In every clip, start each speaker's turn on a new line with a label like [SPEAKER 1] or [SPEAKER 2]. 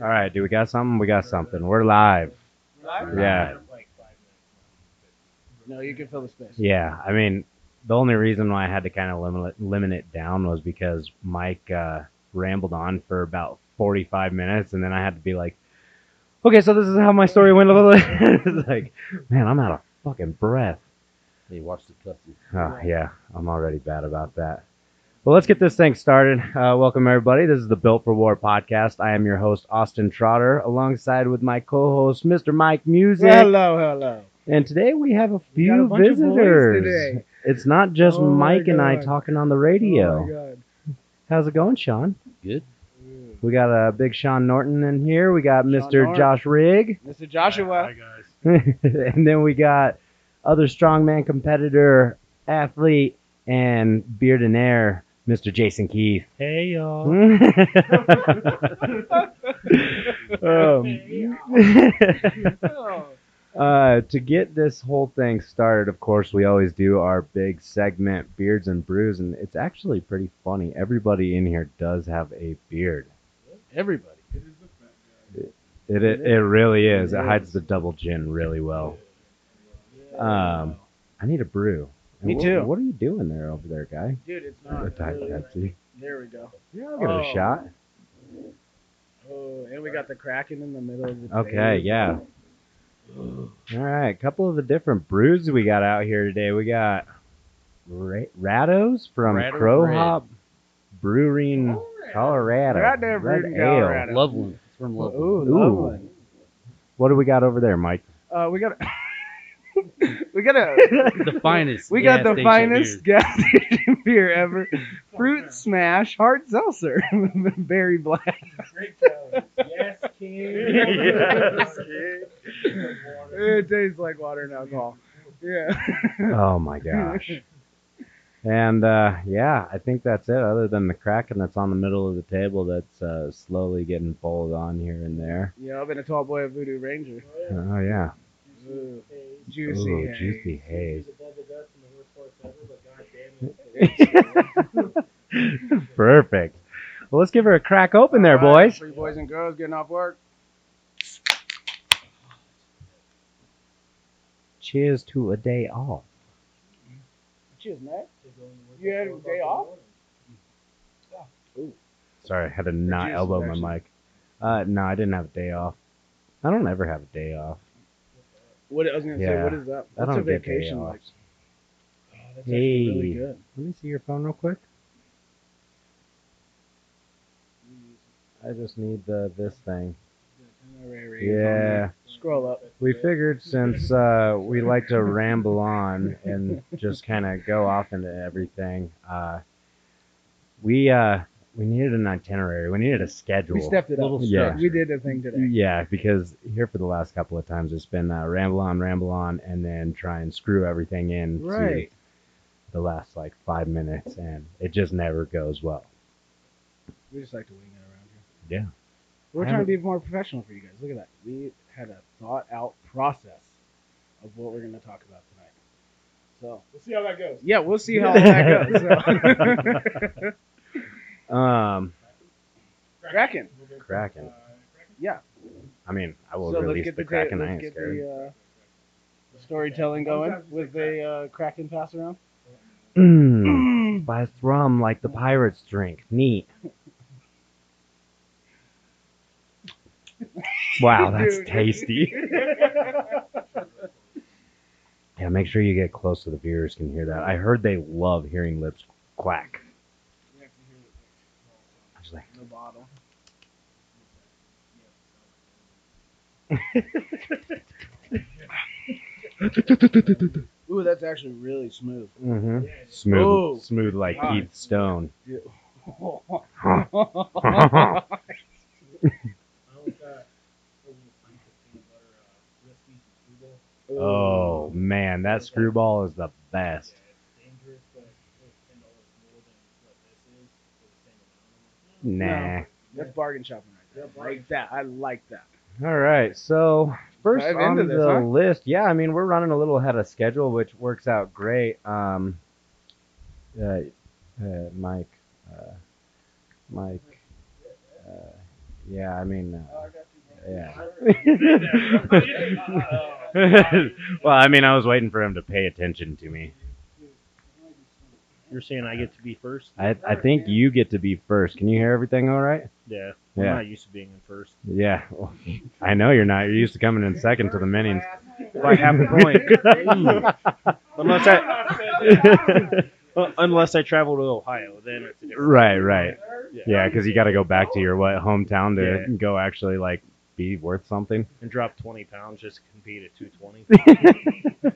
[SPEAKER 1] All right, do we got something? We got something. We're live. Yeah.
[SPEAKER 2] No, you can fill the space.
[SPEAKER 1] Yeah, I mean, the only reason why I had to kind of limit it, limit it down was because Mike uh, rambled on for about 45 minutes, and then I had to be like, okay, so this is how my story went. it's like, man, I'm out of fucking breath.
[SPEAKER 3] Hey, watch the cussing.
[SPEAKER 1] Oh, yeah, I'm already bad about that. Well, let's get this thing started. Uh, welcome, everybody. This is the Built for War podcast. I am your host, Austin Trotter, alongside with my co host, Mr. Mike Music.
[SPEAKER 2] Hello, hello.
[SPEAKER 1] And today we have a
[SPEAKER 2] We got a
[SPEAKER 1] few
[SPEAKER 2] bunch of boys
[SPEAKER 1] visitors.
[SPEAKER 2] today.
[SPEAKER 1] It's not just
[SPEAKER 2] Oh my
[SPEAKER 1] Mike and I
[SPEAKER 2] God.
[SPEAKER 1] talking on the
[SPEAKER 2] Oh my
[SPEAKER 1] radio.
[SPEAKER 2] God.
[SPEAKER 1] How's it going, Sean?
[SPEAKER 3] Good.
[SPEAKER 2] Ooh.
[SPEAKER 1] We got a uh, big Sean Norton in here. We got Mr.
[SPEAKER 2] Norton.
[SPEAKER 1] Josh Rigg,
[SPEAKER 2] Mr. Joshua.
[SPEAKER 1] and then we got other strongman competitor, athlete, and beard and air, Mr. Jason Keith.
[SPEAKER 4] Hey y'all.
[SPEAKER 1] um,
[SPEAKER 2] Oh.
[SPEAKER 1] Uh, to get this whole thing started, of course, we always do our big segment, Beards and Brews, and it's actually pretty funny. Everybody in here does have a beard.
[SPEAKER 2] Everybody.
[SPEAKER 1] It it, it really is. It
[SPEAKER 2] It
[SPEAKER 1] hides
[SPEAKER 2] is.
[SPEAKER 1] the double chin really well.
[SPEAKER 2] Oh.
[SPEAKER 1] Um, I need a brew.
[SPEAKER 2] Me
[SPEAKER 1] Wha-
[SPEAKER 2] too.
[SPEAKER 1] What, are you doing there over there, guy?
[SPEAKER 2] Dude, it's
[SPEAKER 1] Uh,
[SPEAKER 2] not.
[SPEAKER 1] type
[SPEAKER 2] really-
[SPEAKER 1] Pepsi.
[SPEAKER 2] There we go.
[SPEAKER 1] Yeah, I'll give it
[SPEAKER 2] Oh.
[SPEAKER 1] a shot.
[SPEAKER 2] Oh, and we got the Kraken in the middle of the
[SPEAKER 1] Okay,
[SPEAKER 2] thing.
[SPEAKER 1] yeah. All right, a couple of the different brews we got out here today. We got Ra- Rados from
[SPEAKER 3] Ratto
[SPEAKER 1] Crow
[SPEAKER 3] Red.
[SPEAKER 1] Hop Brewery in
[SPEAKER 2] Oh,
[SPEAKER 1] Colorado.
[SPEAKER 2] Right there,
[SPEAKER 1] Red
[SPEAKER 2] brewed in
[SPEAKER 1] ale.
[SPEAKER 2] Colorado.
[SPEAKER 3] Loveland. It's from Loveland.
[SPEAKER 2] Ooh,
[SPEAKER 1] Ooh.
[SPEAKER 2] lovely.
[SPEAKER 1] What do we got over there, Mike?
[SPEAKER 2] Uh, we got we got a
[SPEAKER 3] The finest.
[SPEAKER 2] we got
[SPEAKER 3] gas
[SPEAKER 2] the
[SPEAKER 3] station
[SPEAKER 2] finest
[SPEAKER 3] beers.
[SPEAKER 2] gas station beer ever. Fruit smash, hard seltzer, berry black.
[SPEAKER 4] yes, kid.
[SPEAKER 2] It tastes like water and alcohol. Yeah.
[SPEAKER 1] Oh my gosh. And uh, yeah, I think that's it. Other than the Kraken that's on the middle of the table, that's uh, slowly getting folded on here and there.
[SPEAKER 2] Yeah, I've been a tall boy of Voodoo Ranger.
[SPEAKER 1] Oh yeah,
[SPEAKER 2] Ooh, juicy.
[SPEAKER 1] Ooh,
[SPEAKER 2] hey.
[SPEAKER 1] juicy haze. Perfect. Well, let's give her a crack open there,
[SPEAKER 2] All right,
[SPEAKER 1] boys.
[SPEAKER 2] Three boys and girls getting off work.
[SPEAKER 1] Cheers to a day off.
[SPEAKER 2] Cheers, mate. You had a day off?
[SPEAKER 1] Sorry, I had to not
[SPEAKER 2] juice
[SPEAKER 1] elbow my
[SPEAKER 2] infection.
[SPEAKER 1] mic. Uh, no, I didn't have a day off. I don't ever have a day off.
[SPEAKER 2] What I was gonna say,
[SPEAKER 1] Yeah.
[SPEAKER 2] what is that?
[SPEAKER 1] I
[SPEAKER 2] What's a
[SPEAKER 1] don't get
[SPEAKER 2] vacation
[SPEAKER 1] day off.
[SPEAKER 2] like? Oh, that's actually really
[SPEAKER 1] Hey.
[SPEAKER 2] good.
[SPEAKER 1] Let me see your phone real quick. I just need the this thing. Yeah,
[SPEAKER 2] Scroll up.
[SPEAKER 1] we figured since uh, we like to ramble on and just kind of go off into everything, uh, we uh, we needed an itinerary. We needed a schedule.
[SPEAKER 2] We stepped it up.
[SPEAKER 3] Little
[SPEAKER 1] Yeah.
[SPEAKER 2] We did a thing today.
[SPEAKER 1] Yeah, because here for the last couple of times it's been uh, ramble on, ramble on, and then try and screw everything in
[SPEAKER 2] Right.
[SPEAKER 1] to the last like five minutes, and it just never goes well.
[SPEAKER 2] We just like to wing it around here.
[SPEAKER 1] Yeah.
[SPEAKER 2] We're
[SPEAKER 1] I
[SPEAKER 2] trying to be more professional for you guys. Look at that. We had a thought out process of what we're gonna talk about tonight. So
[SPEAKER 4] We'll see how that goes.
[SPEAKER 2] yeah, we'll see how all that goes. So.
[SPEAKER 1] Um,
[SPEAKER 2] Kraken.
[SPEAKER 1] Kraken.
[SPEAKER 2] yeah.
[SPEAKER 1] I mean, I will
[SPEAKER 2] so let's
[SPEAKER 1] release
[SPEAKER 2] get
[SPEAKER 1] the
[SPEAKER 2] the,
[SPEAKER 1] Kraken.
[SPEAKER 2] let's
[SPEAKER 1] I ain't
[SPEAKER 2] get
[SPEAKER 1] scared.
[SPEAKER 2] the uh, storytelling going with the uh, Kraken pass around. uh,
[SPEAKER 1] Mm, by thrum like the pirates drink. Neat. wow, that's
[SPEAKER 2] Dude.
[SPEAKER 1] tasty. Yeah, make sure you get close so the viewers can hear that. I heard they love hearing lips quack. I was like,
[SPEAKER 2] the bottle. Ooh, that's actually really smooth.
[SPEAKER 1] mm-hmm. smooth,
[SPEAKER 2] Ooh.
[SPEAKER 1] smooth like
[SPEAKER 2] God.
[SPEAKER 1] Keith Stone.
[SPEAKER 4] uh,
[SPEAKER 1] Oh man, that screwball is the best. Nah.
[SPEAKER 2] that's bargain shopping right there. I like that. I like that.
[SPEAKER 1] All right, so first
[SPEAKER 2] Dive
[SPEAKER 1] on
[SPEAKER 2] into
[SPEAKER 1] the
[SPEAKER 2] this, huh?
[SPEAKER 1] list, yeah, I mean we're running a little ahead of schedule, which works out great. Um, uh, uh, Mike, uh, Mike, uh, Yeah, I mean, uh, Yeah.
[SPEAKER 4] uh,
[SPEAKER 1] well, I mean, I was waiting for him to pay attention to me.
[SPEAKER 5] You're saying I get to be first?
[SPEAKER 1] I I think you get to be first. Can you hear everything all right?
[SPEAKER 5] Yeah.
[SPEAKER 1] Yeah.
[SPEAKER 5] I'm not used to being in first.
[SPEAKER 1] Yeah. I know you're not. You're used to coming in second to the minions.
[SPEAKER 5] By half a point. Unless I well, unless I travel to Ohio, then it's a different.
[SPEAKER 1] Right, right.
[SPEAKER 5] Yeah.
[SPEAKER 1] Yeah, because you got to go back to your what hometown to
[SPEAKER 5] Yeah.
[SPEAKER 1] go actually like be worth something.
[SPEAKER 5] And drop 20 pounds just to compete at 220.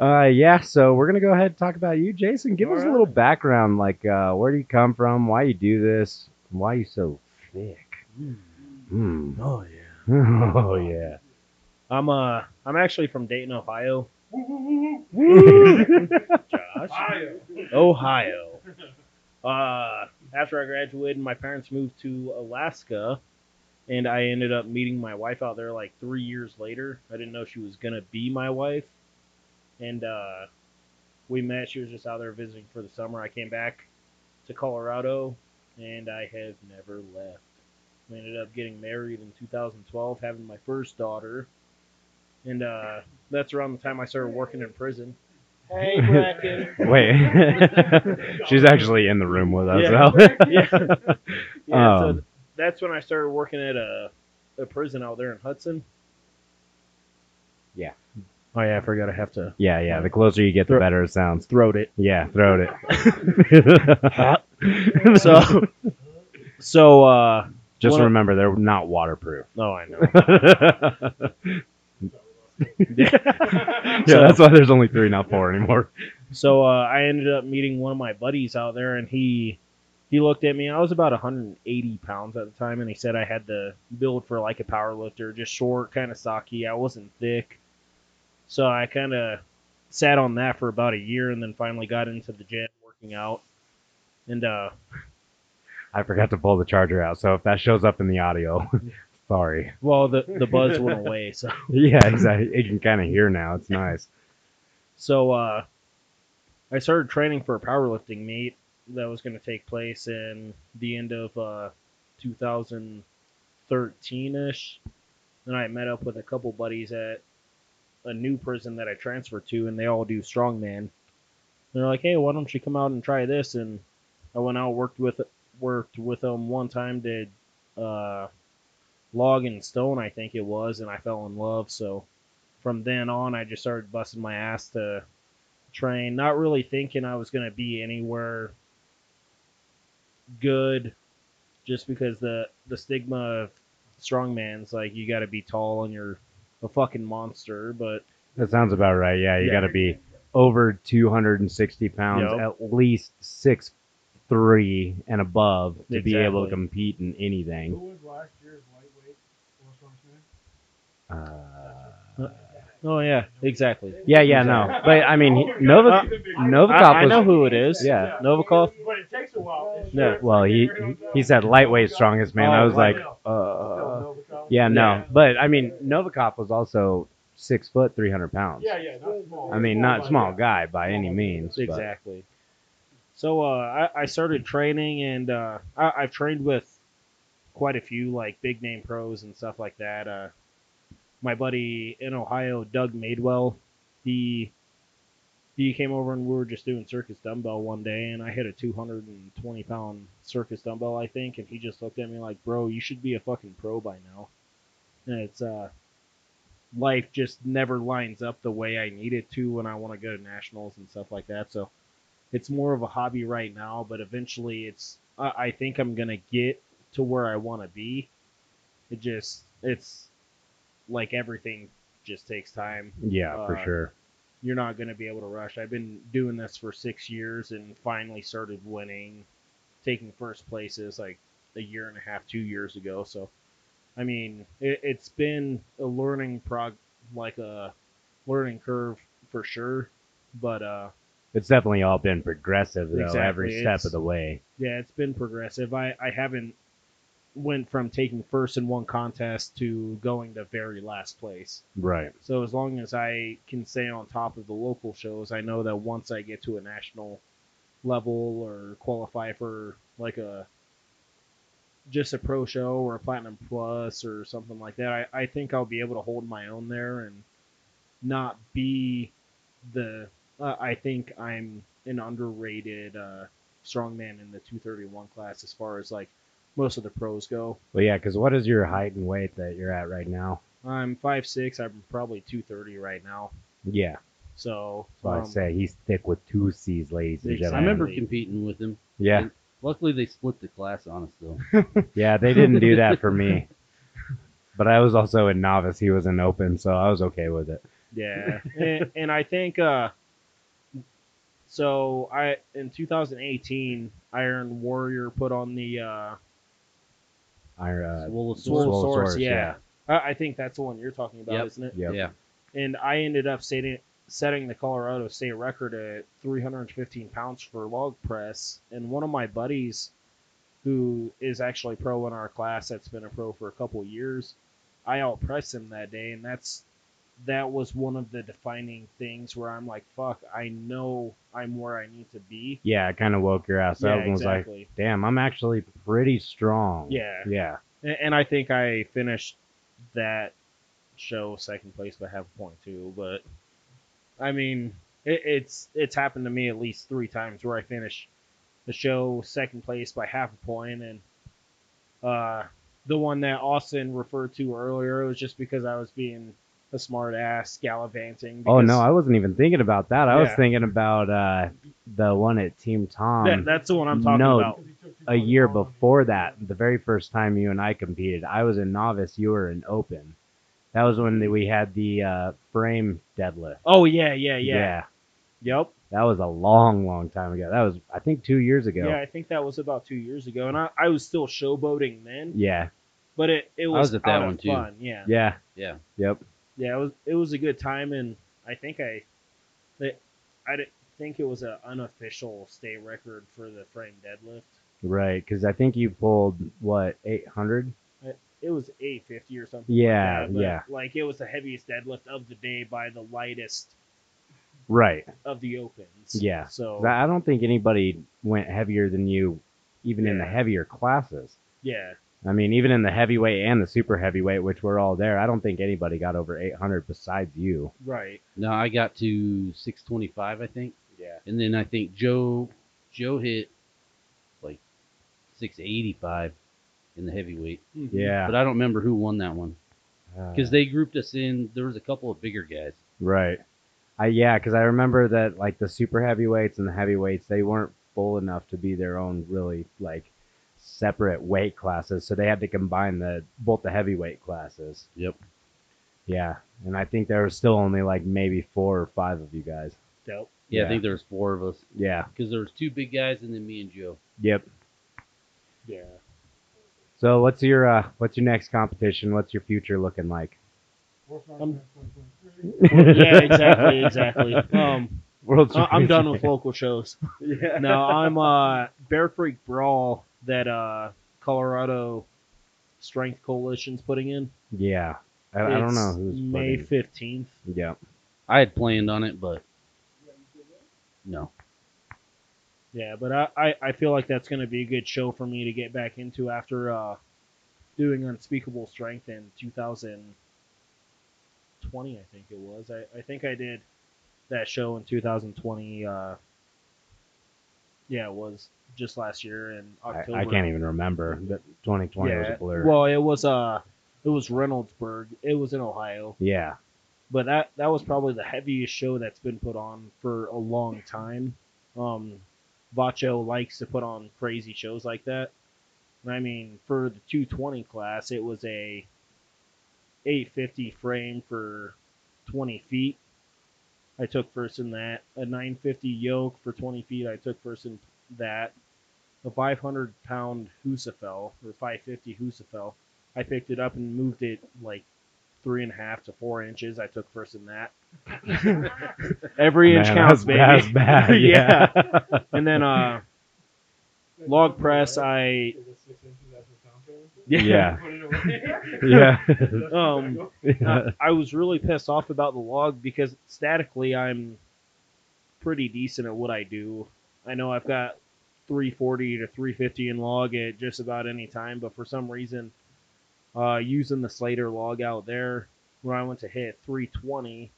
[SPEAKER 1] Uh, yeah. So we're gonna go ahead and talk about you, Jason. Give
[SPEAKER 5] All
[SPEAKER 1] us a
[SPEAKER 5] right.
[SPEAKER 1] little background, like uh, where do you come from, why you do this, why you so thick. Hmm.
[SPEAKER 5] oh yeah.
[SPEAKER 1] Oh yeah.
[SPEAKER 5] I'm uh I'm actually from Dayton, Ohio. Josh. Ohio. Uh, after I graduated, my parents moved to Alaska, and I ended up meeting my wife out there like three years later. I didn't know she was gonna be my wife, and uh, we met. She was just out there visiting for the summer. I came back to Colorado, and I have never left. We ended up getting married in 2012, having my first daughter, and uh, that's around the time I started working in prison.
[SPEAKER 6] Hey, Bracken.
[SPEAKER 1] Wait. She's actually in the room with us.
[SPEAKER 5] Yeah.
[SPEAKER 1] though.
[SPEAKER 5] yeah. Yeah, so
[SPEAKER 1] Um,
[SPEAKER 5] th- that's when I started working at a, a prison out there in Hudson.
[SPEAKER 1] Yeah.
[SPEAKER 5] Oh yeah, I forgot I have to
[SPEAKER 1] Yeah, yeah. The closer you get, the
[SPEAKER 5] Throw-
[SPEAKER 1] better it sounds.
[SPEAKER 5] throat it.
[SPEAKER 1] Yeah, throat it.
[SPEAKER 5] So so uh
[SPEAKER 1] Just
[SPEAKER 5] One of-
[SPEAKER 1] remember, they're not waterproof.
[SPEAKER 5] no, I know.
[SPEAKER 1] yeah, that's why there's only three, not four anymore.
[SPEAKER 5] So uh, I ended up meeting one of my buddies out there, and he he looked at me. I was about 180 pounds at the time, and he said I had the build for like a power lifter, just short, kind of stocky. I wasn't thick, so I kind of sat on that for about a year, and then finally got into the gym, working out, and uh,
[SPEAKER 1] I forgot to pull the charger out, so if that shows up in the audio, sorry.
[SPEAKER 5] well, the the buzz went away. So
[SPEAKER 1] Yeah, exactly. You can kind of hear now. It's nice.
[SPEAKER 5] So uh, I started training for a powerlifting meet that was going to take place in the end of uh, 2013 ish. Then I met up with a couple buddies at a new prison that I transferred to, and they all do strongman. And they're like, "Hey, why don't you come out and try this?" And I went out, worked with worked with them one time, did uh, log and stone, I think it was, and I fell in love. So from then on, I just started busting my ass to train, not really thinking I was going to be anywhere good, just because the the stigma of strongman's like you got to be tall and you're a fucking monster. But
[SPEAKER 1] That sounds about right. Yeah, you
[SPEAKER 5] Yeah.
[SPEAKER 1] got to be over 260 pounds,
[SPEAKER 5] Yep.
[SPEAKER 1] at least six three and above, to be able to
[SPEAKER 5] Exactly.
[SPEAKER 1] compete in
[SPEAKER 6] Who
[SPEAKER 1] anything.
[SPEAKER 6] was last year's lightweight world strongman?
[SPEAKER 1] Uh,
[SPEAKER 5] oh yeah, exactly.
[SPEAKER 1] Yeah, yeah, no. But I mean, he- Nova, Novakov
[SPEAKER 5] uh, I, I
[SPEAKER 1] was-
[SPEAKER 5] know who it is.
[SPEAKER 1] Yeah.
[SPEAKER 5] Novikov.
[SPEAKER 6] But it takes a while. It's
[SPEAKER 5] No,
[SPEAKER 6] sure-
[SPEAKER 1] well, he he said lightweight, strongest man. I was
[SPEAKER 5] Oh,
[SPEAKER 1] like,
[SPEAKER 6] wow.
[SPEAKER 1] uh,
[SPEAKER 6] Novakov.
[SPEAKER 1] yeah, no.
[SPEAKER 5] Yeah.
[SPEAKER 1] But I mean, Novikov was also six foot, three hundred pounds.
[SPEAKER 6] Yeah, yeah, not small.
[SPEAKER 1] I mean, not small guy by any means. but-
[SPEAKER 5] Exactly. So uh, I, I started training, and uh, I, I've trained with quite a few like big name pros and stuff like that. Uh, my buddy in Ohio, Doug Madewell, he he came over and we were just doing circus dumbbell one day, and I hit a 220 pound circus dumbbell, I think, and he just looked at me like, "Bro, you should be a fucking pro by now." And it's uh, life just never lines up the way I need it to when I want to go to nationals and stuff like that. So it's more of a hobby right now, but eventually it's I, I think I'm gonna get to where I want to be. It just it's like everything just takes time.
[SPEAKER 1] Yeah, for
[SPEAKER 5] Uh,
[SPEAKER 1] sure.
[SPEAKER 5] You're not gonna be able to rush. I've been doing this for six years and finally started winning, taking first places like a year and a half, two years ago. So, I mean, it, it's been a learning prog like a learning curve for sure, but uh.
[SPEAKER 1] It's definitely all been progressive though,
[SPEAKER 5] Exactly,
[SPEAKER 1] every step
[SPEAKER 5] it's-
[SPEAKER 1] of the way.
[SPEAKER 5] Yeah, it's been progressive. I, I haven't went from taking first in one contest to going to very last place.
[SPEAKER 1] Right.
[SPEAKER 5] So as long as I can stay on top of the local shows, I know that once I get to a national level or qualify for like a just a pro show or a platinum plus or something like that, I, I think I'll be able to hold my own there and not be the. Uh, I think I'm an underrated uh, strongman in the 231 class as far as like most of the pros go.
[SPEAKER 1] Well, yeah, because what is your height and weight that you're at right now?
[SPEAKER 5] I'm 5'6, I'm probably 230 right now.
[SPEAKER 1] Yeah,
[SPEAKER 5] So,
[SPEAKER 1] so I
[SPEAKER 5] um,
[SPEAKER 1] say he's thick with two C's, ladies and
[SPEAKER 5] Exactly.
[SPEAKER 1] gentlemen.
[SPEAKER 3] I remember
[SPEAKER 5] Exactly.
[SPEAKER 3] competing with him.
[SPEAKER 1] Yeah,
[SPEAKER 3] Luckily, they split the class on us though.
[SPEAKER 1] yeah, they didn't do that for me. But I was also a novice. He was an open, so I was okay with it.
[SPEAKER 5] Yeah, and, and I think uh, so. I in 2018, Iron Warrior put on the uh,
[SPEAKER 1] I, uh,
[SPEAKER 3] Swole of
[SPEAKER 5] Swole
[SPEAKER 1] Swole
[SPEAKER 5] Source.
[SPEAKER 1] Source,
[SPEAKER 5] yeah, I, I think that's the one you're talking about,
[SPEAKER 3] Yep.
[SPEAKER 5] isn't it?
[SPEAKER 1] yep.
[SPEAKER 3] Yeah.
[SPEAKER 5] And I ended up setting setting the Colorado state record at 315 pounds for log press, and one of my buddies, who is actually pro in our class, that's been a pro for a couple of years, I outpressed him that day, and that's that was one of the defining things where I'm like, fuck, I know I'm where I need to be.
[SPEAKER 1] Yeah, it kind of woke your ass up and was like,
[SPEAKER 5] exactly.
[SPEAKER 1] damn, I'm actually pretty strong.
[SPEAKER 5] Yeah.
[SPEAKER 1] Yeah.
[SPEAKER 5] And, and I think I finished that show second place by half a point too. But I mean, it, it's it's happened to me at least three times where I finish the show second place by half a point, and uh, the one that Austin referred to earlier was just because I was being a smart ass gallivanting.
[SPEAKER 1] Oh,
[SPEAKER 5] because
[SPEAKER 1] no, I wasn't even thinking about that. I was
[SPEAKER 5] Yeah.
[SPEAKER 1] thinking about uh, the one at Team Tom.
[SPEAKER 5] that, that's the one I'm talking
[SPEAKER 1] no,
[SPEAKER 5] about.
[SPEAKER 1] a year before that, the very first time you and I competed, I was a novice, you were an open. That was when the- we had the uh, frame deadlift.
[SPEAKER 5] Oh yeah, yeah, yeah. Yep.
[SPEAKER 1] That was a long, long time ago. That was, I think, two years ago.
[SPEAKER 5] Yeah, I think that was about two years ago, and I, I was still showboating then,
[SPEAKER 1] Yeah.
[SPEAKER 5] but it, it was,
[SPEAKER 3] was at that
[SPEAKER 5] out of
[SPEAKER 3] one, too.
[SPEAKER 5] fun. Yeah,
[SPEAKER 1] Yeah.
[SPEAKER 3] Yeah.
[SPEAKER 1] Yep.
[SPEAKER 5] yeah, it was it was a good time, and I think I, I- I di- think it was an unofficial state record for the frame deadlift.
[SPEAKER 1] Right. Because I think you pulled, what, 800?
[SPEAKER 5] It was eight fifty or something.
[SPEAKER 1] Yeah.
[SPEAKER 5] like that, but,
[SPEAKER 1] yeah.
[SPEAKER 5] like it was the heaviest deadlift of the day by the lightest
[SPEAKER 1] Right.
[SPEAKER 5] of the opens.
[SPEAKER 1] Yeah.
[SPEAKER 5] So
[SPEAKER 1] 'Cause I I don't think anybody went heavier than you, even in the
[SPEAKER 5] Yeah.
[SPEAKER 1] heavier classes.
[SPEAKER 5] yeah,
[SPEAKER 1] I mean, even in the heavyweight and the super heavyweight, which were all there, I don't think anybody got over 800 besides you.
[SPEAKER 5] right.
[SPEAKER 3] No, I got to 625, I think,
[SPEAKER 5] Yeah.
[SPEAKER 3] and then I think Joe Joe hit like 685 in the heavyweight,
[SPEAKER 1] Yeah.
[SPEAKER 3] Mm-hmm. but I don't remember who won that one because
[SPEAKER 1] Uh,
[SPEAKER 3] they grouped us in. There was a couple of bigger guys.
[SPEAKER 1] right. I yeah, because I remember that like the super heavyweights and the heavyweights, they weren't full enough to be their own really like separate weight classes, so they had to combine the both the heavyweight classes.
[SPEAKER 3] Yep.
[SPEAKER 1] Yeah, and I think there was still only like maybe four or five of you guys.
[SPEAKER 5] Dope.
[SPEAKER 3] Yeah,
[SPEAKER 1] Yeah.
[SPEAKER 3] I think there was four of us
[SPEAKER 1] Yeah.
[SPEAKER 3] because there was two big guys and then me and Joe.
[SPEAKER 1] Yep.
[SPEAKER 5] Yeah.
[SPEAKER 1] So what's your uh, what's your next competition? What's your future looking like?
[SPEAKER 5] I'm- yeah.
[SPEAKER 1] yeah,
[SPEAKER 5] Exactly. Exactly. Um.
[SPEAKER 1] World's
[SPEAKER 5] I- I'm done with local shows. No, I'm uh Bear Creek Brawl that uh Colorado Strength Coalition's putting in.
[SPEAKER 1] Yeah, I, I don't
[SPEAKER 5] It's
[SPEAKER 1] know who's
[SPEAKER 5] May
[SPEAKER 1] putting.
[SPEAKER 5] fifteenth.
[SPEAKER 1] Yeah,
[SPEAKER 3] I had planned on it, but no.
[SPEAKER 5] Yeah, but I, I I feel like that's gonna be a good show for me to get back into after uh doing Unspeakable Strength in 2020. I think it was. I I think I did that show in 2020. Uh, yeah, it was just last year in
[SPEAKER 1] I,
[SPEAKER 5] October.
[SPEAKER 1] I can't even remember. But 2020 was a blur.
[SPEAKER 5] Well, it was uh it was Reynoldsburg. It was in Ohio.
[SPEAKER 1] yeah,
[SPEAKER 5] But that that was probably the heaviest show that's been put on for a long time. Um Vacho likes to put on crazy shows like that. And I mean, for the 220 class, it was a 850 frame for 20 feet. I took first in that. A 950 yoke for 20 feet. I took first in that. A 500 pound Husafel or 550 Husafel. I picked it up and moved it like three and a half to four inches. I took first in that. Every inch
[SPEAKER 1] Man,
[SPEAKER 5] counts,
[SPEAKER 1] that's, That's
[SPEAKER 5] baby.
[SPEAKER 1] bad. Yeah.
[SPEAKER 5] And then uh, log press, I
[SPEAKER 1] Yeah.
[SPEAKER 6] Put it away.
[SPEAKER 1] yeah.
[SPEAKER 6] That's
[SPEAKER 5] Um,
[SPEAKER 6] recycle.
[SPEAKER 5] I, I was really pissed off about the log because statically I'm pretty decent at what I do. I know I've got 340 to 350 and log at just about any time. But for some reason, uh, using the Slater log out there, when I went to hit 320,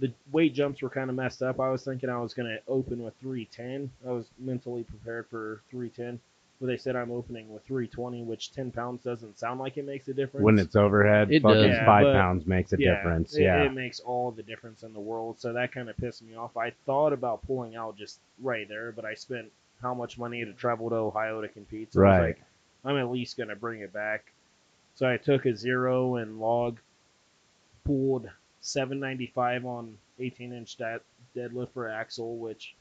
[SPEAKER 5] the weight jumps were kind of messed up. I was thinking I was going to open with 310. I was mentally prepared for 310. But they said I'm opening with 320, which 10 pounds doesn't sound like it makes a difference.
[SPEAKER 1] When it's overhead,
[SPEAKER 3] It
[SPEAKER 1] fucking
[SPEAKER 3] does.
[SPEAKER 5] Yeah,
[SPEAKER 1] five
[SPEAKER 5] but-
[SPEAKER 1] pounds makes a difference.
[SPEAKER 5] It,
[SPEAKER 1] yeah.
[SPEAKER 5] it makes all the difference in the world. So that kind of pissed me off. I thought about pulling out just right there, but I spent how much money to travel to Ohio to compete. So I
[SPEAKER 1] Right.
[SPEAKER 5] was like, I'm at least gonna bring it back. So I took a zero and log, pulled 795 on 18 inch dead, deadlift for axle, which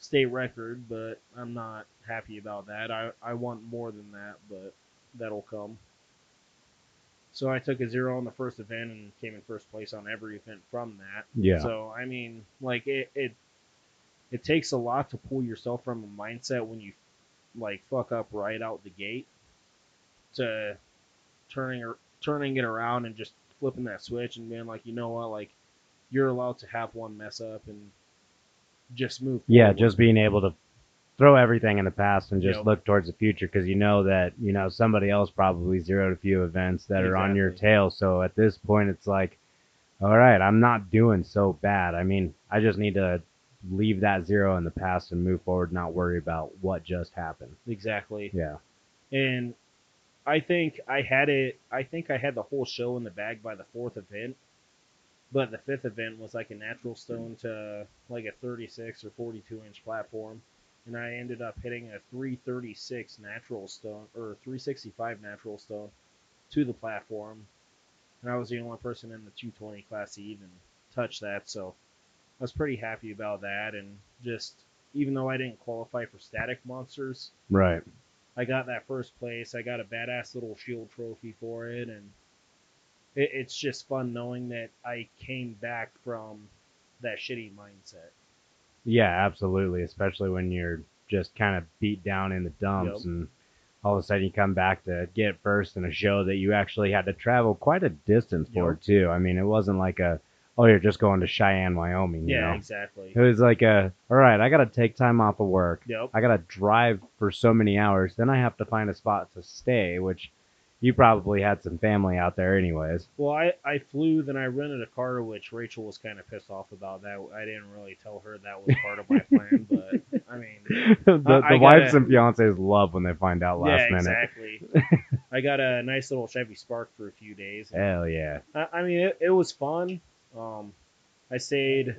[SPEAKER 5] state record, but I'm not happy about that. I, I want more than that, but that'll come. So I took a zero on the first event and came in first place on every event from that.
[SPEAKER 1] yeah.
[SPEAKER 5] So I mean, like it, it it takes a lot to pull yourself from a mindset when you like fuck up right out the gate to turning or turning it around and just flipping that switch and being like, you know what, like you're allowed to have one mess up and just move.
[SPEAKER 1] yeah,
[SPEAKER 5] forward.
[SPEAKER 1] just being able to throw everything in the past and just
[SPEAKER 5] Yep.
[SPEAKER 1] look towards the future because you know that you know somebody else probably zeroed a few events that are on your
[SPEAKER 5] Exactly.
[SPEAKER 1] tail. So at this point, it's like, all right, I'm not doing so bad. I mean, I just need to leave that zero in the past and move forward, not worry about what just happened.
[SPEAKER 5] exactly.
[SPEAKER 1] Yeah,
[SPEAKER 5] and I think I had it. I think I had the whole show in the bag by the fourth event, but the fifth event was like a natural stone to like a 36 or 42 inch platform, and I ended up hitting a 336 natural stone or 365 natural stone to the platform, and I was the only person in the 220 class to even touch that. So I was pretty happy about that, and just even though I didn't qualify for static monsters,
[SPEAKER 1] right.
[SPEAKER 5] I got that first place. I got a badass little shield trophy for it, and it, it's just fun knowing that I came back from that shitty mindset.
[SPEAKER 1] Yeah, absolutely. Especially when you're just kind of beat down in the dumps
[SPEAKER 5] Yep.
[SPEAKER 1] and all of a sudden you come back to get first in a show that you actually had to travel quite a distance for
[SPEAKER 5] Yep.
[SPEAKER 1] too. I mean, it wasn't like a oh you're just going to Cheyenne, Wyoming, you
[SPEAKER 5] yeah,
[SPEAKER 1] know.
[SPEAKER 5] exactly.
[SPEAKER 1] It was like a all right, I got to take time off of work.
[SPEAKER 5] Yep.
[SPEAKER 1] I got to drive for so many hours, then I have to find a spot to stay, which you probably had some family out there anyways.
[SPEAKER 5] Well, I, I flew, then I rented a car, which Rachel was kind of pissed off about that. I didn't really tell her that was part of my plan, but I mean,
[SPEAKER 1] the
[SPEAKER 5] I- I
[SPEAKER 1] the wives
[SPEAKER 5] gotta-
[SPEAKER 1] and fiancés love when they find out last
[SPEAKER 5] yeah,
[SPEAKER 1] minute.
[SPEAKER 5] exactly. I got a nice little Chevy Spark for a few days.
[SPEAKER 1] Hell yeah.
[SPEAKER 5] I, I mean, it, it was fun. Um, I stayed.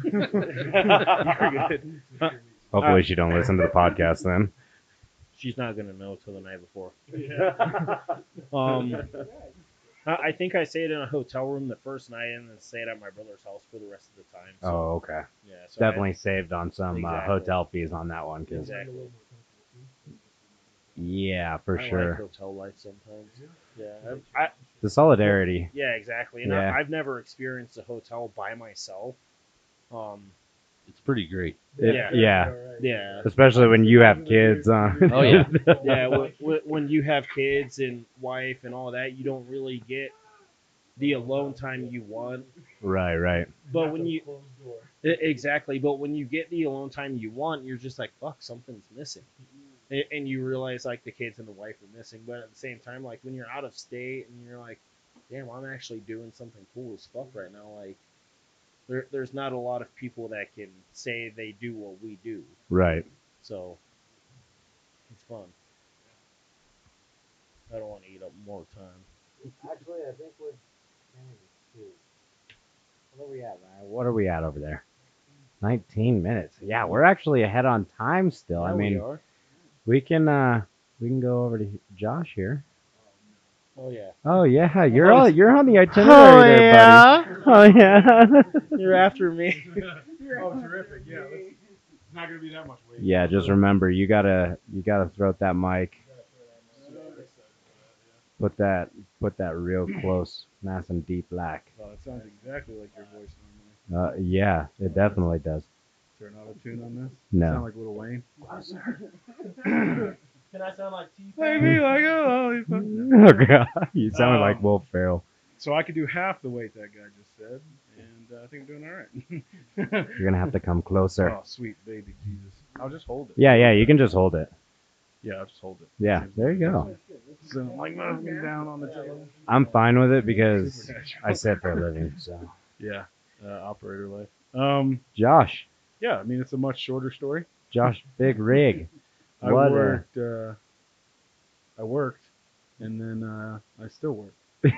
[SPEAKER 5] You're good.
[SPEAKER 1] Hopefully
[SPEAKER 5] Uh,
[SPEAKER 1] she don't listen to the podcast then.
[SPEAKER 5] She's not gonna know till the night before.
[SPEAKER 6] Yeah.
[SPEAKER 5] Um, I I think I stayed in a hotel room the first night and then stayed at my brother's house for the rest of the time. So,
[SPEAKER 1] Oh, okay.
[SPEAKER 5] yeah, so I-
[SPEAKER 1] Definitely saved on some uh,
[SPEAKER 5] Exactly.
[SPEAKER 1] hotel fees on that one. 'cause-
[SPEAKER 5] Exactly.
[SPEAKER 1] yeah, for
[SPEAKER 5] I
[SPEAKER 1] sure.
[SPEAKER 5] Like hotel life sometimes. Yeah, I, I,
[SPEAKER 1] the solidarity.
[SPEAKER 5] yeah, exactly. And
[SPEAKER 1] Yeah.
[SPEAKER 5] I, I've never experienced a hotel by myself. Um,
[SPEAKER 3] It's pretty great.
[SPEAKER 1] It-
[SPEAKER 5] Yeah.
[SPEAKER 1] yeah.
[SPEAKER 5] yeah,
[SPEAKER 1] Especially when you have kids. Uh,
[SPEAKER 3] Oh, yeah.
[SPEAKER 5] yeah. w- w- when you have kids and wife and all that, you don't really get the alone time you want.
[SPEAKER 1] right, right.
[SPEAKER 5] But when you-
[SPEAKER 6] Closed door.
[SPEAKER 5] I- E, Exactly. But when you get the alone time you want, you're just like, fuck, something's missing. A- And you realize, like, the kids and the wife are missing. But at the same time, like, when you're out of state and you're like, damn, I'm actually doing something cool as fuck right now, like, there, there's not a lot of people that can say they do what we do.
[SPEAKER 1] Right.
[SPEAKER 5] So, it's fun. I don't want to eat up more time.
[SPEAKER 4] Actually, I think we're.
[SPEAKER 1] What are we at, man? What are we at over there? 19 minutes. Yeah, we're actually ahead on time still. I
[SPEAKER 5] Yeah, Oh, we
[SPEAKER 1] mean,
[SPEAKER 5] are.
[SPEAKER 1] we can uh we can go over to Josh here.
[SPEAKER 5] Oh, yeah.
[SPEAKER 1] Oh yeah, you're
[SPEAKER 5] Oh,
[SPEAKER 1] all,
[SPEAKER 5] it's-
[SPEAKER 1] you're on the itinerary there, buddy. Oh yeah.
[SPEAKER 5] You're after me.
[SPEAKER 6] oh, terrific. Yeah. Let's, it's not going to be that much weight.
[SPEAKER 1] yeah, just remember you gotta you gotta throat that mic. Put that put that real close, nice and deep black.
[SPEAKER 4] Oh, it sounds exactly like your voice normally.
[SPEAKER 1] Uh, yeah, it definitely does.
[SPEAKER 4] Is there an auto tune on this? Sound
[SPEAKER 1] No.
[SPEAKER 4] like Little Wayne.
[SPEAKER 6] Can I sound like T?
[SPEAKER 4] like oh.
[SPEAKER 1] Oh god, you sounded like
[SPEAKER 4] Um,
[SPEAKER 1] Wolf Ferrell.
[SPEAKER 4] So I could do half the weight that guy just said, and uh, I think I'm doing all right.
[SPEAKER 1] You're gonna have to come closer.
[SPEAKER 4] Oh, sweet baby Jesus.
[SPEAKER 6] I'll just hold it.
[SPEAKER 1] Yeah, yeah, you can just hold it.
[SPEAKER 6] Yeah, I'll just hold it.
[SPEAKER 1] Yeah, there you go.
[SPEAKER 6] So I'm like moving down on the jello.
[SPEAKER 1] I'm fine with it because I sit for a living. So,
[SPEAKER 6] Yeah, uh, operator life. Um,
[SPEAKER 1] Josh,
[SPEAKER 6] yeah, I mean it's a much shorter story.
[SPEAKER 1] Josh, big rig.
[SPEAKER 6] I
[SPEAKER 1] What a-
[SPEAKER 6] worked. Uh, I worked, and then uh, I still work. and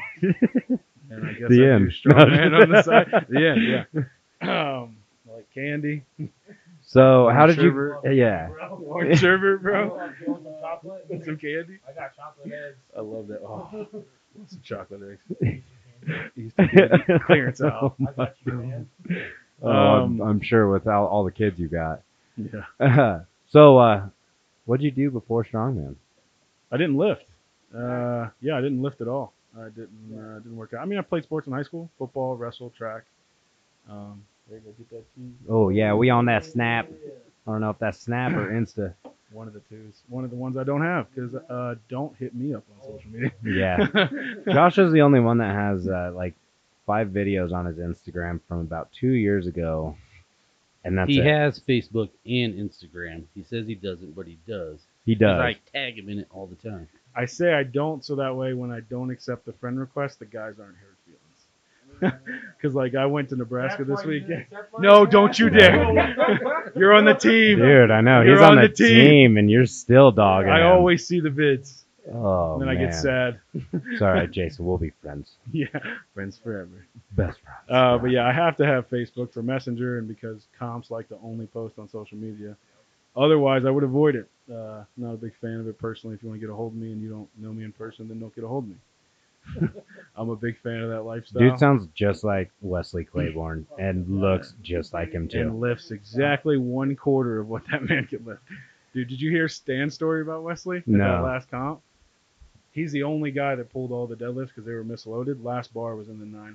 [SPEAKER 6] I guess
[SPEAKER 1] The
[SPEAKER 6] I
[SPEAKER 1] end.
[SPEAKER 6] do strongman on the side. The end. Yeah. Um, like candy.
[SPEAKER 1] So, how
[SPEAKER 6] Warren
[SPEAKER 1] did you?
[SPEAKER 6] Sherbert.
[SPEAKER 1] Yeah,
[SPEAKER 6] Orange sherbet, bro.
[SPEAKER 4] chocolate.
[SPEAKER 6] With some candy.
[SPEAKER 4] I got chocolate eggs.
[SPEAKER 6] I love that. Oh, some chocolate eggs. Easter candy. Clearance out.
[SPEAKER 1] oh,
[SPEAKER 4] I got you, man.
[SPEAKER 1] I'm,
[SPEAKER 6] Um,
[SPEAKER 1] Oh, I'm sure with all, all the kids you got.
[SPEAKER 6] Yeah.
[SPEAKER 1] so, uh, what'd you do before strongman?
[SPEAKER 6] I didn't lift. Uh, yeah, I didn't lift at all. I didn't uh, didn't work out. I mean, I played sports in high school: football, wrestle, track. Um, there you go, get that key.
[SPEAKER 1] Oh yeah, we on that snap. I don't know if that's snap or Insta.
[SPEAKER 6] One of the twos. One of the ones I don't have because uh, don't hit me up on social media.
[SPEAKER 1] Yeah, Josh is the only one that has uh, like five videos on his Instagram from about two years ago, and that's
[SPEAKER 3] he
[SPEAKER 1] it.
[SPEAKER 3] has Facebook and Instagram. He says he doesn't, but he does.
[SPEAKER 1] he
[SPEAKER 3] 'Cause
[SPEAKER 1] does.
[SPEAKER 3] I tag him in it all the time.
[SPEAKER 6] I say I don't, so that way when I don't accept the friend request, the guys aren't hurt feelings. Because like I went to Nebraska this weekend. No, don't you dare. You're on the team.
[SPEAKER 1] Dude, I know
[SPEAKER 6] You're
[SPEAKER 1] he's on, the,
[SPEAKER 6] on the
[SPEAKER 1] team.
[SPEAKER 6] team.
[SPEAKER 1] and you're still dogging.
[SPEAKER 6] I
[SPEAKER 1] him.
[SPEAKER 6] always see the vids,
[SPEAKER 1] Oh
[SPEAKER 6] and then I get
[SPEAKER 1] man.
[SPEAKER 6] sad.
[SPEAKER 1] It's all right, Jason. We'll be friends.
[SPEAKER 6] Yeah, friends forever.
[SPEAKER 1] Best friends.
[SPEAKER 6] Uh, but yeah, I have to have Facebook for Messenger, and because comps like to only post on social media. Otherwise, I would avoid it. Uh, not a big fan of it personally. If you want to get a hold of me and you don't know me in person, then don't get a hold of me. I'm a big fan of that lifestyle.
[SPEAKER 1] dude sounds just like Wesley Claiborne and looks just like him too.
[SPEAKER 6] and lifts exactly one quarter of what that man can lift. Dude, did you hear Stan's story about Wesley at
[SPEAKER 1] No.
[SPEAKER 6] that last comp? He's the only guy that pulled all the deadlifts because they were misloaded. Last bar was in the 900s,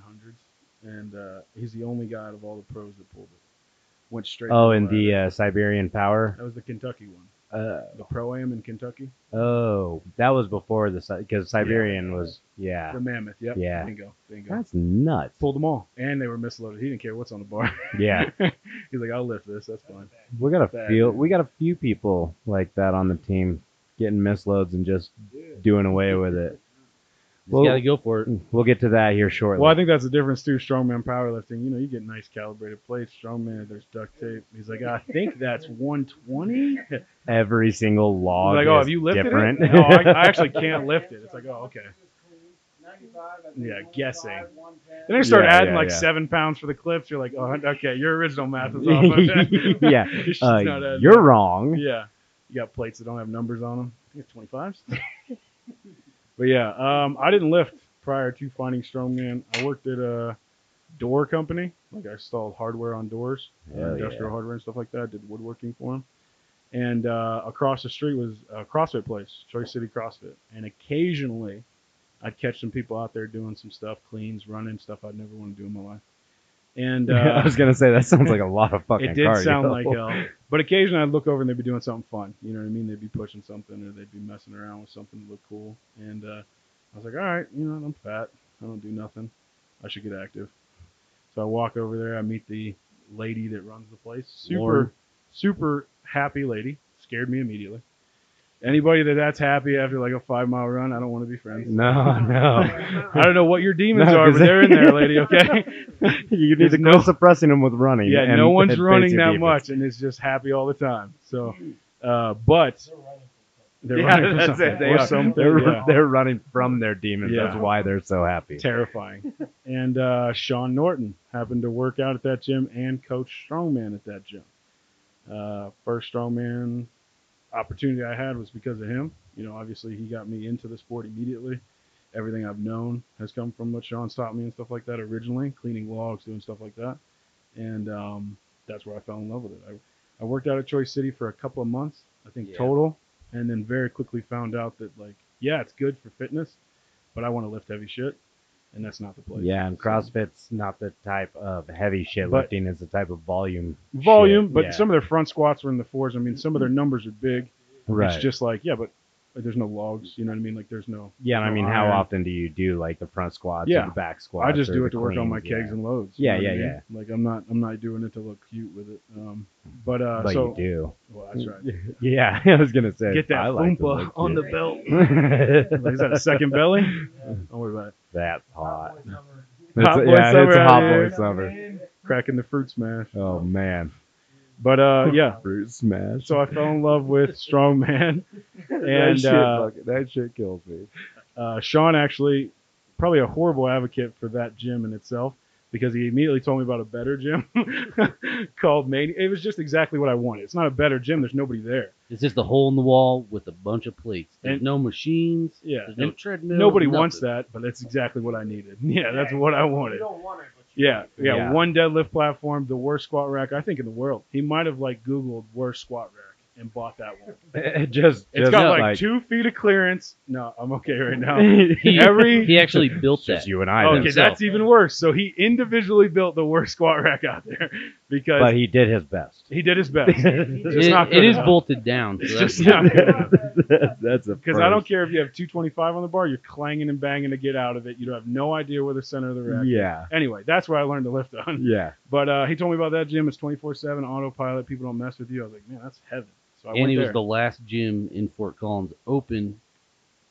[SPEAKER 6] and uh, he's the only guy out of all the pros that pulled it. Went straight.
[SPEAKER 1] Oh,
[SPEAKER 6] to
[SPEAKER 1] and
[SPEAKER 6] ladder.
[SPEAKER 1] the uh, Siberian Power.
[SPEAKER 6] that was the Kentucky one,
[SPEAKER 1] Uh,
[SPEAKER 6] the pro am in Kentucky,
[SPEAKER 1] oh, that was before the because Siberian was yeah.
[SPEAKER 6] the Mammoth. Yep.
[SPEAKER 1] Yeah.
[SPEAKER 6] Bingo. Bingo.
[SPEAKER 1] That's nuts.
[SPEAKER 6] pulled them all, and they were misloaded. He didn't care what's on the bar.
[SPEAKER 1] Yeah.
[SPEAKER 6] he's like, I'll lift this. That's fine.
[SPEAKER 1] We got a
[SPEAKER 6] Bad,
[SPEAKER 1] few.
[SPEAKER 6] dude.
[SPEAKER 1] We got a few people like that on the team, getting misloads and just doing away with it.
[SPEAKER 3] Just
[SPEAKER 1] Well-
[SPEAKER 3] gotta go for it.
[SPEAKER 1] We'll get to that here shortly.
[SPEAKER 6] Well, I think that's the difference too. Strongman powerlifting, you know, you get nice calibrated plates. Strongman, there's duct tape. He's like, I think that's 120. He's
[SPEAKER 1] Every single log
[SPEAKER 6] like,
[SPEAKER 1] is
[SPEAKER 6] oh, have you lifted
[SPEAKER 1] different.
[SPEAKER 6] it? No, I, I actually can't lift it. It's like, oh, okay. Yeah, guessing. Then they start
[SPEAKER 1] Yeah,
[SPEAKER 6] adding
[SPEAKER 1] yeah,
[SPEAKER 6] like
[SPEAKER 1] yeah.
[SPEAKER 6] seven pounds for the clips. You're like, oh, okay, your original math is off. Okay.
[SPEAKER 1] yeah,
[SPEAKER 6] It's just
[SPEAKER 1] uh,
[SPEAKER 6] not adding
[SPEAKER 1] you're
[SPEAKER 6] up.
[SPEAKER 1] wrong.
[SPEAKER 6] Yeah, you got plates that don't have numbers on them. I think it's 25s. but yeah, um, I didn't lift prior to finding Strongman. I worked at a door company. Like I installed hardware on doors.
[SPEAKER 1] Hell yeah.
[SPEAKER 6] industrial hardware and stuff like that. Did woodworking for him. And uh, across the street was a CrossFit place, Choice City CrossFit. And occasionally, I'd catch some people out there doing some stuff, cleans, running stuff I'd never want to do in my life. And uh,
[SPEAKER 1] I was gonna say that sounds like a lot of fucking.
[SPEAKER 6] it did
[SPEAKER 1] cardio.
[SPEAKER 6] sound like hell. But occasionally I'd look over and they'd be doing something fun. You know what I mean? They'd be pushing something or they'd be messing around with something that looked cool. And uh, I was like, all right, you know, I'm fat. I don't do nothing. I should get active. So I walk over there. I meet the lady that runs the place. Super,
[SPEAKER 3] Lauren.
[SPEAKER 6] super happy lady. Scared me immediately. Anybody that that's happy after like a five mile run, I don't want to be friends.
[SPEAKER 1] No, no.
[SPEAKER 6] I don't know what your demons
[SPEAKER 1] No,
[SPEAKER 6] are,
[SPEAKER 1] 'cause
[SPEAKER 6] but they're in there,
[SPEAKER 1] they-
[SPEAKER 6] lady. Okay.
[SPEAKER 1] you need
[SPEAKER 6] There's
[SPEAKER 1] to go
[SPEAKER 6] no-
[SPEAKER 1] suppressing him with running.
[SPEAKER 6] Yeah,
[SPEAKER 1] and-
[SPEAKER 6] no one's
[SPEAKER 1] and
[SPEAKER 6] running
[SPEAKER 1] facing
[SPEAKER 6] that
[SPEAKER 1] demons.
[SPEAKER 6] much, and it's just happy all the time. So, uh, but they're
[SPEAKER 1] Yeah,
[SPEAKER 6] running from
[SPEAKER 1] that's
[SPEAKER 6] something.
[SPEAKER 1] it. They
[SPEAKER 6] or
[SPEAKER 1] are.
[SPEAKER 6] something,
[SPEAKER 1] They're,
[SPEAKER 6] yeah.
[SPEAKER 1] they're running from their demons.
[SPEAKER 6] Yeah.
[SPEAKER 1] That's why they're so happy.
[SPEAKER 6] terrifying. and uh, Sean Norton happened to work out at that gym and coach strongman at that gym. Uh, first strongman opportunity I had was because of him. You know, obviously he got me into the sport immediately. Everything I've known has come from what Sean taught me and stuff like that originally, cleaning logs, doing stuff like that. And um, that's where I fell in love with it. I, I worked out at Choice City for a couple of months, I think
[SPEAKER 3] Yeah.
[SPEAKER 6] total, and then very quickly found out that, like, yeah, it's good for fitness, but I want to lift heavy shit, and that's not the place.
[SPEAKER 1] Yeah, and CrossFit's not the type of heavy shit
[SPEAKER 6] But-
[SPEAKER 1] lifting; it's the type of volume.
[SPEAKER 6] Volume,
[SPEAKER 1] shit.
[SPEAKER 6] but
[SPEAKER 1] Yeah.
[SPEAKER 6] some of their front squats were in the fours. I mean, some of their numbers are big.
[SPEAKER 1] right.
[SPEAKER 6] It's just like, yeah, but Like, there's no logs. You know what I mean? Like there's no.
[SPEAKER 1] Yeah, and I
[SPEAKER 6] no
[SPEAKER 1] mean, how
[SPEAKER 6] iron.
[SPEAKER 1] often do you do like the front squats,
[SPEAKER 6] Yeah.
[SPEAKER 1] or the back
[SPEAKER 6] I
[SPEAKER 1] squats?
[SPEAKER 6] just
[SPEAKER 1] or
[SPEAKER 6] do
[SPEAKER 1] the
[SPEAKER 6] it to work on my
[SPEAKER 1] cleans, yeah.
[SPEAKER 6] kegs and loads.
[SPEAKER 1] Yeah,
[SPEAKER 6] know what I
[SPEAKER 1] yeah,
[SPEAKER 6] mean? Like I'm not I'm not doing it to look cute with it. Um, but uh,
[SPEAKER 1] but
[SPEAKER 6] so
[SPEAKER 1] you do.
[SPEAKER 6] well that's right.
[SPEAKER 1] Yeah, I was gonna say.
[SPEAKER 6] Get that
[SPEAKER 1] I like to
[SPEAKER 6] oompa
[SPEAKER 1] look
[SPEAKER 6] on
[SPEAKER 1] good.
[SPEAKER 6] the belt.
[SPEAKER 1] That's
[SPEAKER 6] Like, is that a second belly? Don't worry about it.
[SPEAKER 1] hot.
[SPEAKER 6] boy
[SPEAKER 1] It's- yeah,
[SPEAKER 6] summer
[SPEAKER 1] it's a
[SPEAKER 6] out
[SPEAKER 1] hot
[SPEAKER 6] here.
[SPEAKER 1] boy summer.
[SPEAKER 6] Cracking the fruit smash.
[SPEAKER 1] Oh man,
[SPEAKER 6] But uh, yeah.
[SPEAKER 1] fruit smash.
[SPEAKER 6] So I fell in love with strongman,
[SPEAKER 1] that
[SPEAKER 6] and
[SPEAKER 1] shit,
[SPEAKER 6] uh,
[SPEAKER 1] fuck- that shit kills me.
[SPEAKER 6] uh, Sean actually probably a horrible advocate for that gym in itself because he immediately told me about a better gym called Mania. It was just exactly what I wanted. It's not a better gym. There's nobody there.
[SPEAKER 3] It's just a hole in the wall with a bunch of plates. There's
[SPEAKER 6] And-
[SPEAKER 3] no machines.
[SPEAKER 6] Yeah.
[SPEAKER 3] There's no
[SPEAKER 6] and
[SPEAKER 3] treadmill.
[SPEAKER 6] nobody wants
[SPEAKER 3] nothing.
[SPEAKER 6] that, but that's exactly what I needed. Yeah, that's what I wanted.
[SPEAKER 4] don't want it, but you
[SPEAKER 6] Yeah, yeah,
[SPEAKER 1] Yeah.
[SPEAKER 6] One deadlift platform, the worst squat rack I think in the world. He might have like Googled worst squat rack and bought that one.
[SPEAKER 1] It just,
[SPEAKER 6] It's
[SPEAKER 1] just
[SPEAKER 6] got like,
[SPEAKER 1] like
[SPEAKER 6] two feet of clearance. No, I'm okay right now. Every
[SPEAKER 3] He actually built
[SPEAKER 1] It's
[SPEAKER 3] that.
[SPEAKER 1] just you and I.
[SPEAKER 6] okay,
[SPEAKER 1] then.
[SPEAKER 3] himself.
[SPEAKER 6] that's even worse. So he individually built the worst squat rack out there because
[SPEAKER 1] but he did his best.
[SPEAKER 6] he, did his best.
[SPEAKER 3] It-
[SPEAKER 6] It's not good
[SPEAKER 3] it is
[SPEAKER 6] enough.
[SPEAKER 3] bolted down. So that's
[SPEAKER 6] just not good
[SPEAKER 1] that's a
[SPEAKER 6] Because I don't care if you have 225 on the bar, you're clanging and banging to get out of it. You have no idea where the center of the rack. is.
[SPEAKER 1] Yeah,
[SPEAKER 6] Anyway, that's where I learned to lift on.
[SPEAKER 1] yeah.
[SPEAKER 6] But uh, he told me about that gym. It's 24 7 autopilot. People don't mess with you. I was like, man, that's heaven. So I
[SPEAKER 3] and
[SPEAKER 6] went
[SPEAKER 3] it was
[SPEAKER 6] there
[SPEAKER 3] the last gym in Fort Collins open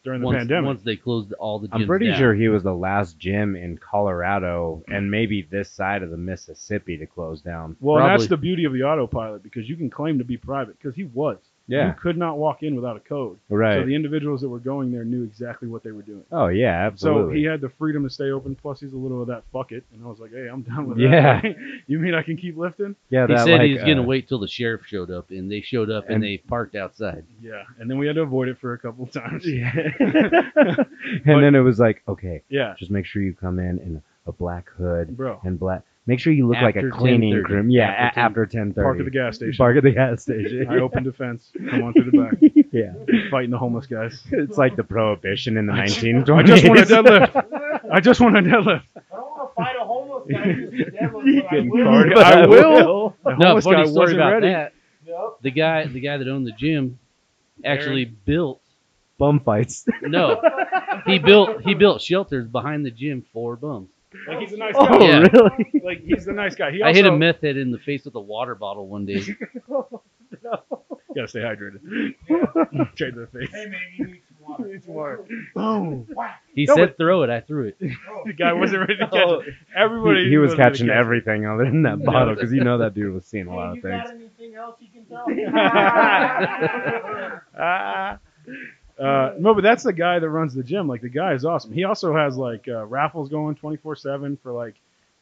[SPEAKER 6] during the
[SPEAKER 3] once,
[SPEAKER 6] pandemic.
[SPEAKER 3] once they closed all the gyms.
[SPEAKER 1] I'm pretty
[SPEAKER 3] down.
[SPEAKER 1] sure he was the last gym in Colorado and maybe this side of the Mississippi to close down.
[SPEAKER 6] well, and
[SPEAKER 3] probably-
[SPEAKER 6] that's the beauty of the autopilot because you can claim to be private because he was. You could not walk in without a code.
[SPEAKER 1] right.
[SPEAKER 6] So the individuals that were going there knew exactly what they were doing.
[SPEAKER 1] oh yeah,
[SPEAKER 6] So
[SPEAKER 1] absolutely.
[SPEAKER 6] he had the freedom to stay open. Plus, he's a little of that fuck it. And I was like, hey, I'm done with
[SPEAKER 1] Yeah.
[SPEAKER 6] that. you mean I can keep lifting?
[SPEAKER 1] yeah,
[SPEAKER 3] He
[SPEAKER 1] that,
[SPEAKER 3] said
[SPEAKER 1] like,
[SPEAKER 3] he was going to
[SPEAKER 1] uh,
[SPEAKER 3] wait till the sheriff showed up, and they showed up and,
[SPEAKER 1] and-
[SPEAKER 3] they parked outside.
[SPEAKER 6] Yeah. And then we had to avoid it for a couple times.
[SPEAKER 1] Yeah. and then it was like, okay,
[SPEAKER 6] yeah.
[SPEAKER 1] just make sure you come in in a black hood
[SPEAKER 6] Bro.
[SPEAKER 1] and black. Make sure you look like
[SPEAKER 3] After
[SPEAKER 1] a cleaning
[SPEAKER 3] 10:30.
[SPEAKER 1] crew. Yeah,
[SPEAKER 3] After
[SPEAKER 1] a- after ten thirty.
[SPEAKER 6] Park at the gas station.
[SPEAKER 1] Park at the gas station.
[SPEAKER 6] I opened the fence. Come on through the back.
[SPEAKER 1] yeah,
[SPEAKER 6] Fighting the homeless guys.
[SPEAKER 1] it's like the prohibition in the
[SPEAKER 6] I
[SPEAKER 1] 1920s.
[SPEAKER 6] I just want a deadlift. I just want a deadlift.
[SPEAKER 4] I don't want to fight a homeless guy who's the devil,
[SPEAKER 1] You
[SPEAKER 4] but I
[SPEAKER 1] can
[SPEAKER 4] will.
[SPEAKER 1] card it.
[SPEAKER 6] I will. The
[SPEAKER 3] No,
[SPEAKER 6] homeless guy
[SPEAKER 3] funny story
[SPEAKER 6] wasn't
[SPEAKER 3] about
[SPEAKER 6] ready.
[SPEAKER 3] that.
[SPEAKER 4] Yep.
[SPEAKER 3] The guy, the guy that owned the gym, actually built.
[SPEAKER 1] bum fights.
[SPEAKER 3] No, he built he built shelters behind the gym for bums.
[SPEAKER 6] Like he's a nice guy.
[SPEAKER 1] Oh
[SPEAKER 3] Yeah.
[SPEAKER 1] really?
[SPEAKER 6] Like he's the nice guy. He
[SPEAKER 3] I hit a
[SPEAKER 6] also-
[SPEAKER 3] meth head in the face with a water bottle one day.
[SPEAKER 6] Gotta stay hydrated. Straight to the face.
[SPEAKER 4] Hey, man, you need some water.
[SPEAKER 6] Need some water. Boom.
[SPEAKER 3] He
[SPEAKER 6] No,
[SPEAKER 3] said, "Throw it." I threw it.
[SPEAKER 6] The guy wasn't ready to catch
[SPEAKER 1] Oh,
[SPEAKER 6] it. Everybody.
[SPEAKER 1] he, he was
[SPEAKER 6] wasn't ready to
[SPEAKER 1] catching
[SPEAKER 6] catch it.
[SPEAKER 1] everything other than that bottle because you know that dude was seeing a
[SPEAKER 4] Hey,
[SPEAKER 1] lot
[SPEAKER 4] you
[SPEAKER 1] of things.
[SPEAKER 4] got anything else you can tell me?
[SPEAKER 6] Ah. Uh, no, but that's the guy that runs the gym. Like the guy is awesome. He also has like uh, raffles going twenty four seven for like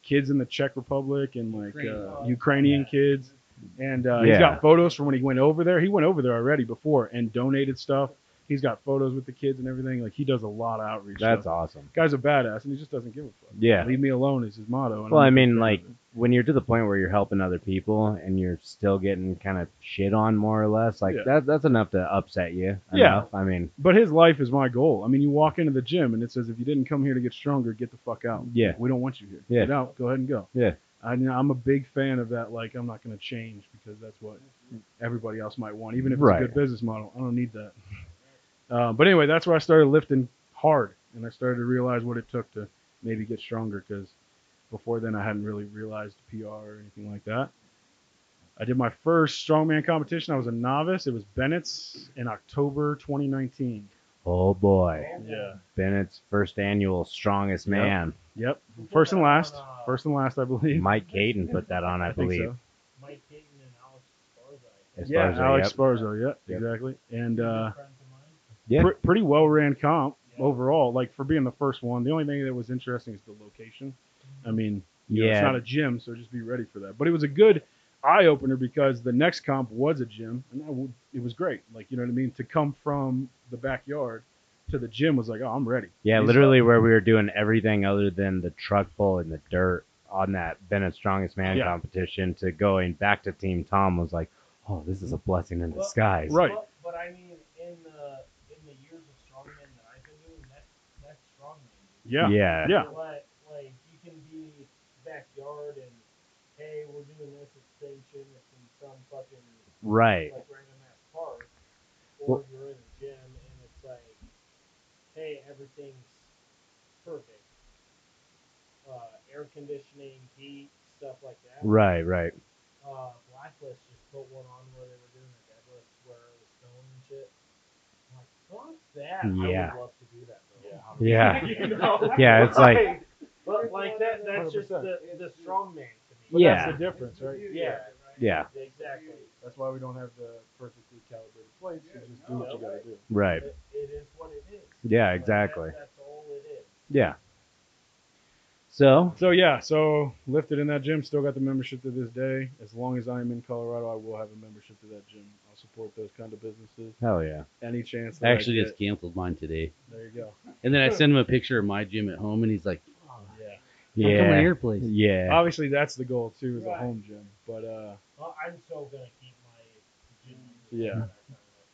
[SPEAKER 6] kids in the Czech Republic and like uh, Ukrainian kids. And uh, he's
[SPEAKER 1] Yeah.
[SPEAKER 6] got photos from when he went over there. He went over there already before and donated stuff. He's got photos with the kids and everything. Like he does a lot of outreach.
[SPEAKER 1] That's
[SPEAKER 6] stuff.
[SPEAKER 1] awesome.
[SPEAKER 6] Guy's a badass and he just doesn't give a fuck.
[SPEAKER 1] Yeah.
[SPEAKER 6] leave me alone is his motto. and
[SPEAKER 1] Well,
[SPEAKER 6] I'm
[SPEAKER 1] I
[SPEAKER 6] a big
[SPEAKER 1] mean,
[SPEAKER 6] fan
[SPEAKER 1] like
[SPEAKER 6] of it.
[SPEAKER 1] when you're to the point where you're helping other people and you're still getting kind of shit on more or less, like
[SPEAKER 6] Yeah.
[SPEAKER 1] that that's enough to upset you.
[SPEAKER 6] Yeah.
[SPEAKER 1] enough. I mean,
[SPEAKER 6] But his life is my goal. I mean, you walk into the gym and it says, if you didn't come here to get stronger, get the fuck out.
[SPEAKER 1] Yeah.
[SPEAKER 6] Like, we don't want you here.
[SPEAKER 1] Yeah.
[SPEAKER 6] Get out. Go ahead and go.
[SPEAKER 1] Yeah.
[SPEAKER 6] I, am a big fan of that. Like, I'm not going to change because that's what everybody else might want, even if it's
[SPEAKER 1] Right.
[SPEAKER 6] a good business model. I don't need that. Uh, but anyway, that's where I started lifting hard and I started to realize what it took to maybe get stronger because before then I hadn't really realized PR or anything like that. I did my first strongman competition. I was a novice. It was Bennett's in October 2019.
[SPEAKER 1] oh boy,
[SPEAKER 6] Yeah.
[SPEAKER 1] Bennett's first annual strongest
[SPEAKER 6] Yep.
[SPEAKER 1] man,
[SPEAKER 6] Yep. First and last. First and last, I believe.
[SPEAKER 1] Mike Caden put that on, I,
[SPEAKER 6] I think
[SPEAKER 1] believe.
[SPEAKER 6] so.
[SPEAKER 4] Mike Payton and Alex Sparza. I
[SPEAKER 1] As
[SPEAKER 4] think.
[SPEAKER 1] far
[SPEAKER 6] Yeah,
[SPEAKER 1] as I-
[SPEAKER 6] Alex
[SPEAKER 1] yep.
[SPEAKER 6] Sparzo. Yep,
[SPEAKER 1] Yep.
[SPEAKER 6] exactly. And uh,
[SPEAKER 4] Friends of mine.
[SPEAKER 1] Yeah.
[SPEAKER 6] pr- pretty well ran comp
[SPEAKER 4] Yeah.
[SPEAKER 6] overall. Like for being the first one, the only thing that was interesting is the location. I mean, you know,
[SPEAKER 1] yeah,
[SPEAKER 6] it's not a gym, so just be ready for that. But it was a good eye opener because the next comp was a gym, and I w- it was great. Like you know what I mean? To come from the backyard to the gym was like, oh, I'm ready.
[SPEAKER 1] yeah,
[SPEAKER 6] He's-
[SPEAKER 1] literally where we were doing everything other than the truck pull in the dirt on that Bennett's strongest man
[SPEAKER 6] Yeah.
[SPEAKER 1] competition to going back to Team Tom was like, oh, this is a blessing in
[SPEAKER 4] Well,
[SPEAKER 1] disguise.
[SPEAKER 6] Right.
[SPEAKER 4] But, but I mean, in the in the years of strongman that I've been doing, that's that's strongman.
[SPEAKER 6] Yeah.
[SPEAKER 1] Yeah.
[SPEAKER 6] Yeah.
[SPEAKER 4] But like you can be backyard and hey, we're doing this extension. It's in some fucking
[SPEAKER 1] Right.
[SPEAKER 4] like random ass park,
[SPEAKER 1] Well-
[SPEAKER 4] or you're in a gym and it's say everything's perfect. Uh, air conditioning, heat, stuff like that.
[SPEAKER 1] Right, right.
[SPEAKER 4] Uh, Blacklist just put one on where they were doing a deadlift where it was film and shit. I'm like, fuck that.
[SPEAKER 1] Yeah.
[SPEAKER 4] I would love to do that though.
[SPEAKER 1] Yeah.
[SPEAKER 4] you know?
[SPEAKER 1] Yeah, it's like-
[SPEAKER 4] But like that, that's just the, the strong man to
[SPEAKER 1] But
[SPEAKER 4] me.
[SPEAKER 1] Yeah.
[SPEAKER 6] That's the difference, right?
[SPEAKER 4] Yeah.
[SPEAKER 1] Yeah,
[SPEAKER 4] Exactly.
[SPEAKER 6] That's why we don't have the perfectly calibrated plates. You just do what you gotta do.
[SPEAKER 1] right.
[SPEAKER 4] It, it is what it is.
[SPEAKER 1] Yeah,
[SPEAKER 4] Like,
[SPEAKER 1] exactly.
[SPEAKER 4] That, that's all it is.
[SPEAKER 1] Yeah. So,
[SPEAKER 6] So yeah, so lifted in that gym. Still got the membership to this day. As long as I'm in Colorado, I will have a membership to that gym. I'll support those kind of businesses.
[SPEAKER 1] hell yeah.
[SPEAKER 6] Any chance?
[SPEAKER 3] I
[SPEAKER 6] That I
[SPEAKER 3] actually
[SPEAKER 6] get.
[SPEAKER 3] just canceled mine today.
[SPEAKER 6] there you go.
[SPEAKER 3] And then I sent him a picture of my gym at home, and he's like,
[SPEAKER 6] Yeah.
[SPEAKER 3] "Don't come to
[SPEAKER 1] Yeah.
[SPEAKER 3] your place."
[SPEAKER 1] Yeah.
[SPEAKER 6] Obviously, that's the goal too, is a
[SPEAKER 4] Right.
[SPEAKER 6] home gym. But uh,
[SPEAKER 4] Well, I'm so gonna keep my gym.
[SPEAKER 6] Yeah.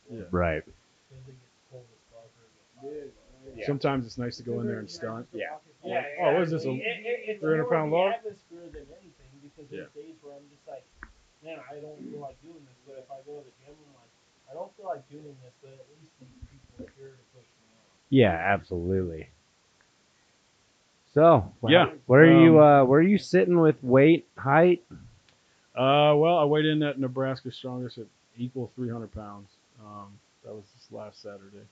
[SPEAKER 4] Yeah.
[SPEAKER 6] Yeah.
[SPEAKER 1] Right.
[SPEAKER 4] Because it gets cold as fuck. or it gets hot.
[SPEAKER 6] sometimes it's nice to go in there and stunt.
[SPEAKER 5] Yeah.
[SPEAKER 4] Yeah,
[SPEAKER 6] Oh, what is this, a
[SPEAKER 4] exactly. It- it- it's
[SPEAKER 6] 300
[SPEAKER 4] more
[SPEAKER 6] pound
[SPEAKER 4] the
[SPEAKER 6] log?
[SPEAKER 4] atmosphere than anything because there's days where I'm just like, man, I don't feel like doing this. But if I go to the gym, I'm like, I don't feel like doing this, but at least these people are here to push me on.
[SPEAKER 1] Yeah, absolutely. So,
[SPEAKER 6] Yeah.
[SPEAKER 1] where are you?
[SPEAKER 6] Um,
[SPEAKER 1] Uh, where are you sitting with weight, height?
[SPEAKER 6] Uh, well, I weighed in at Nebraska Strongest at equal 300 pounds. Um, that was this last Saturday.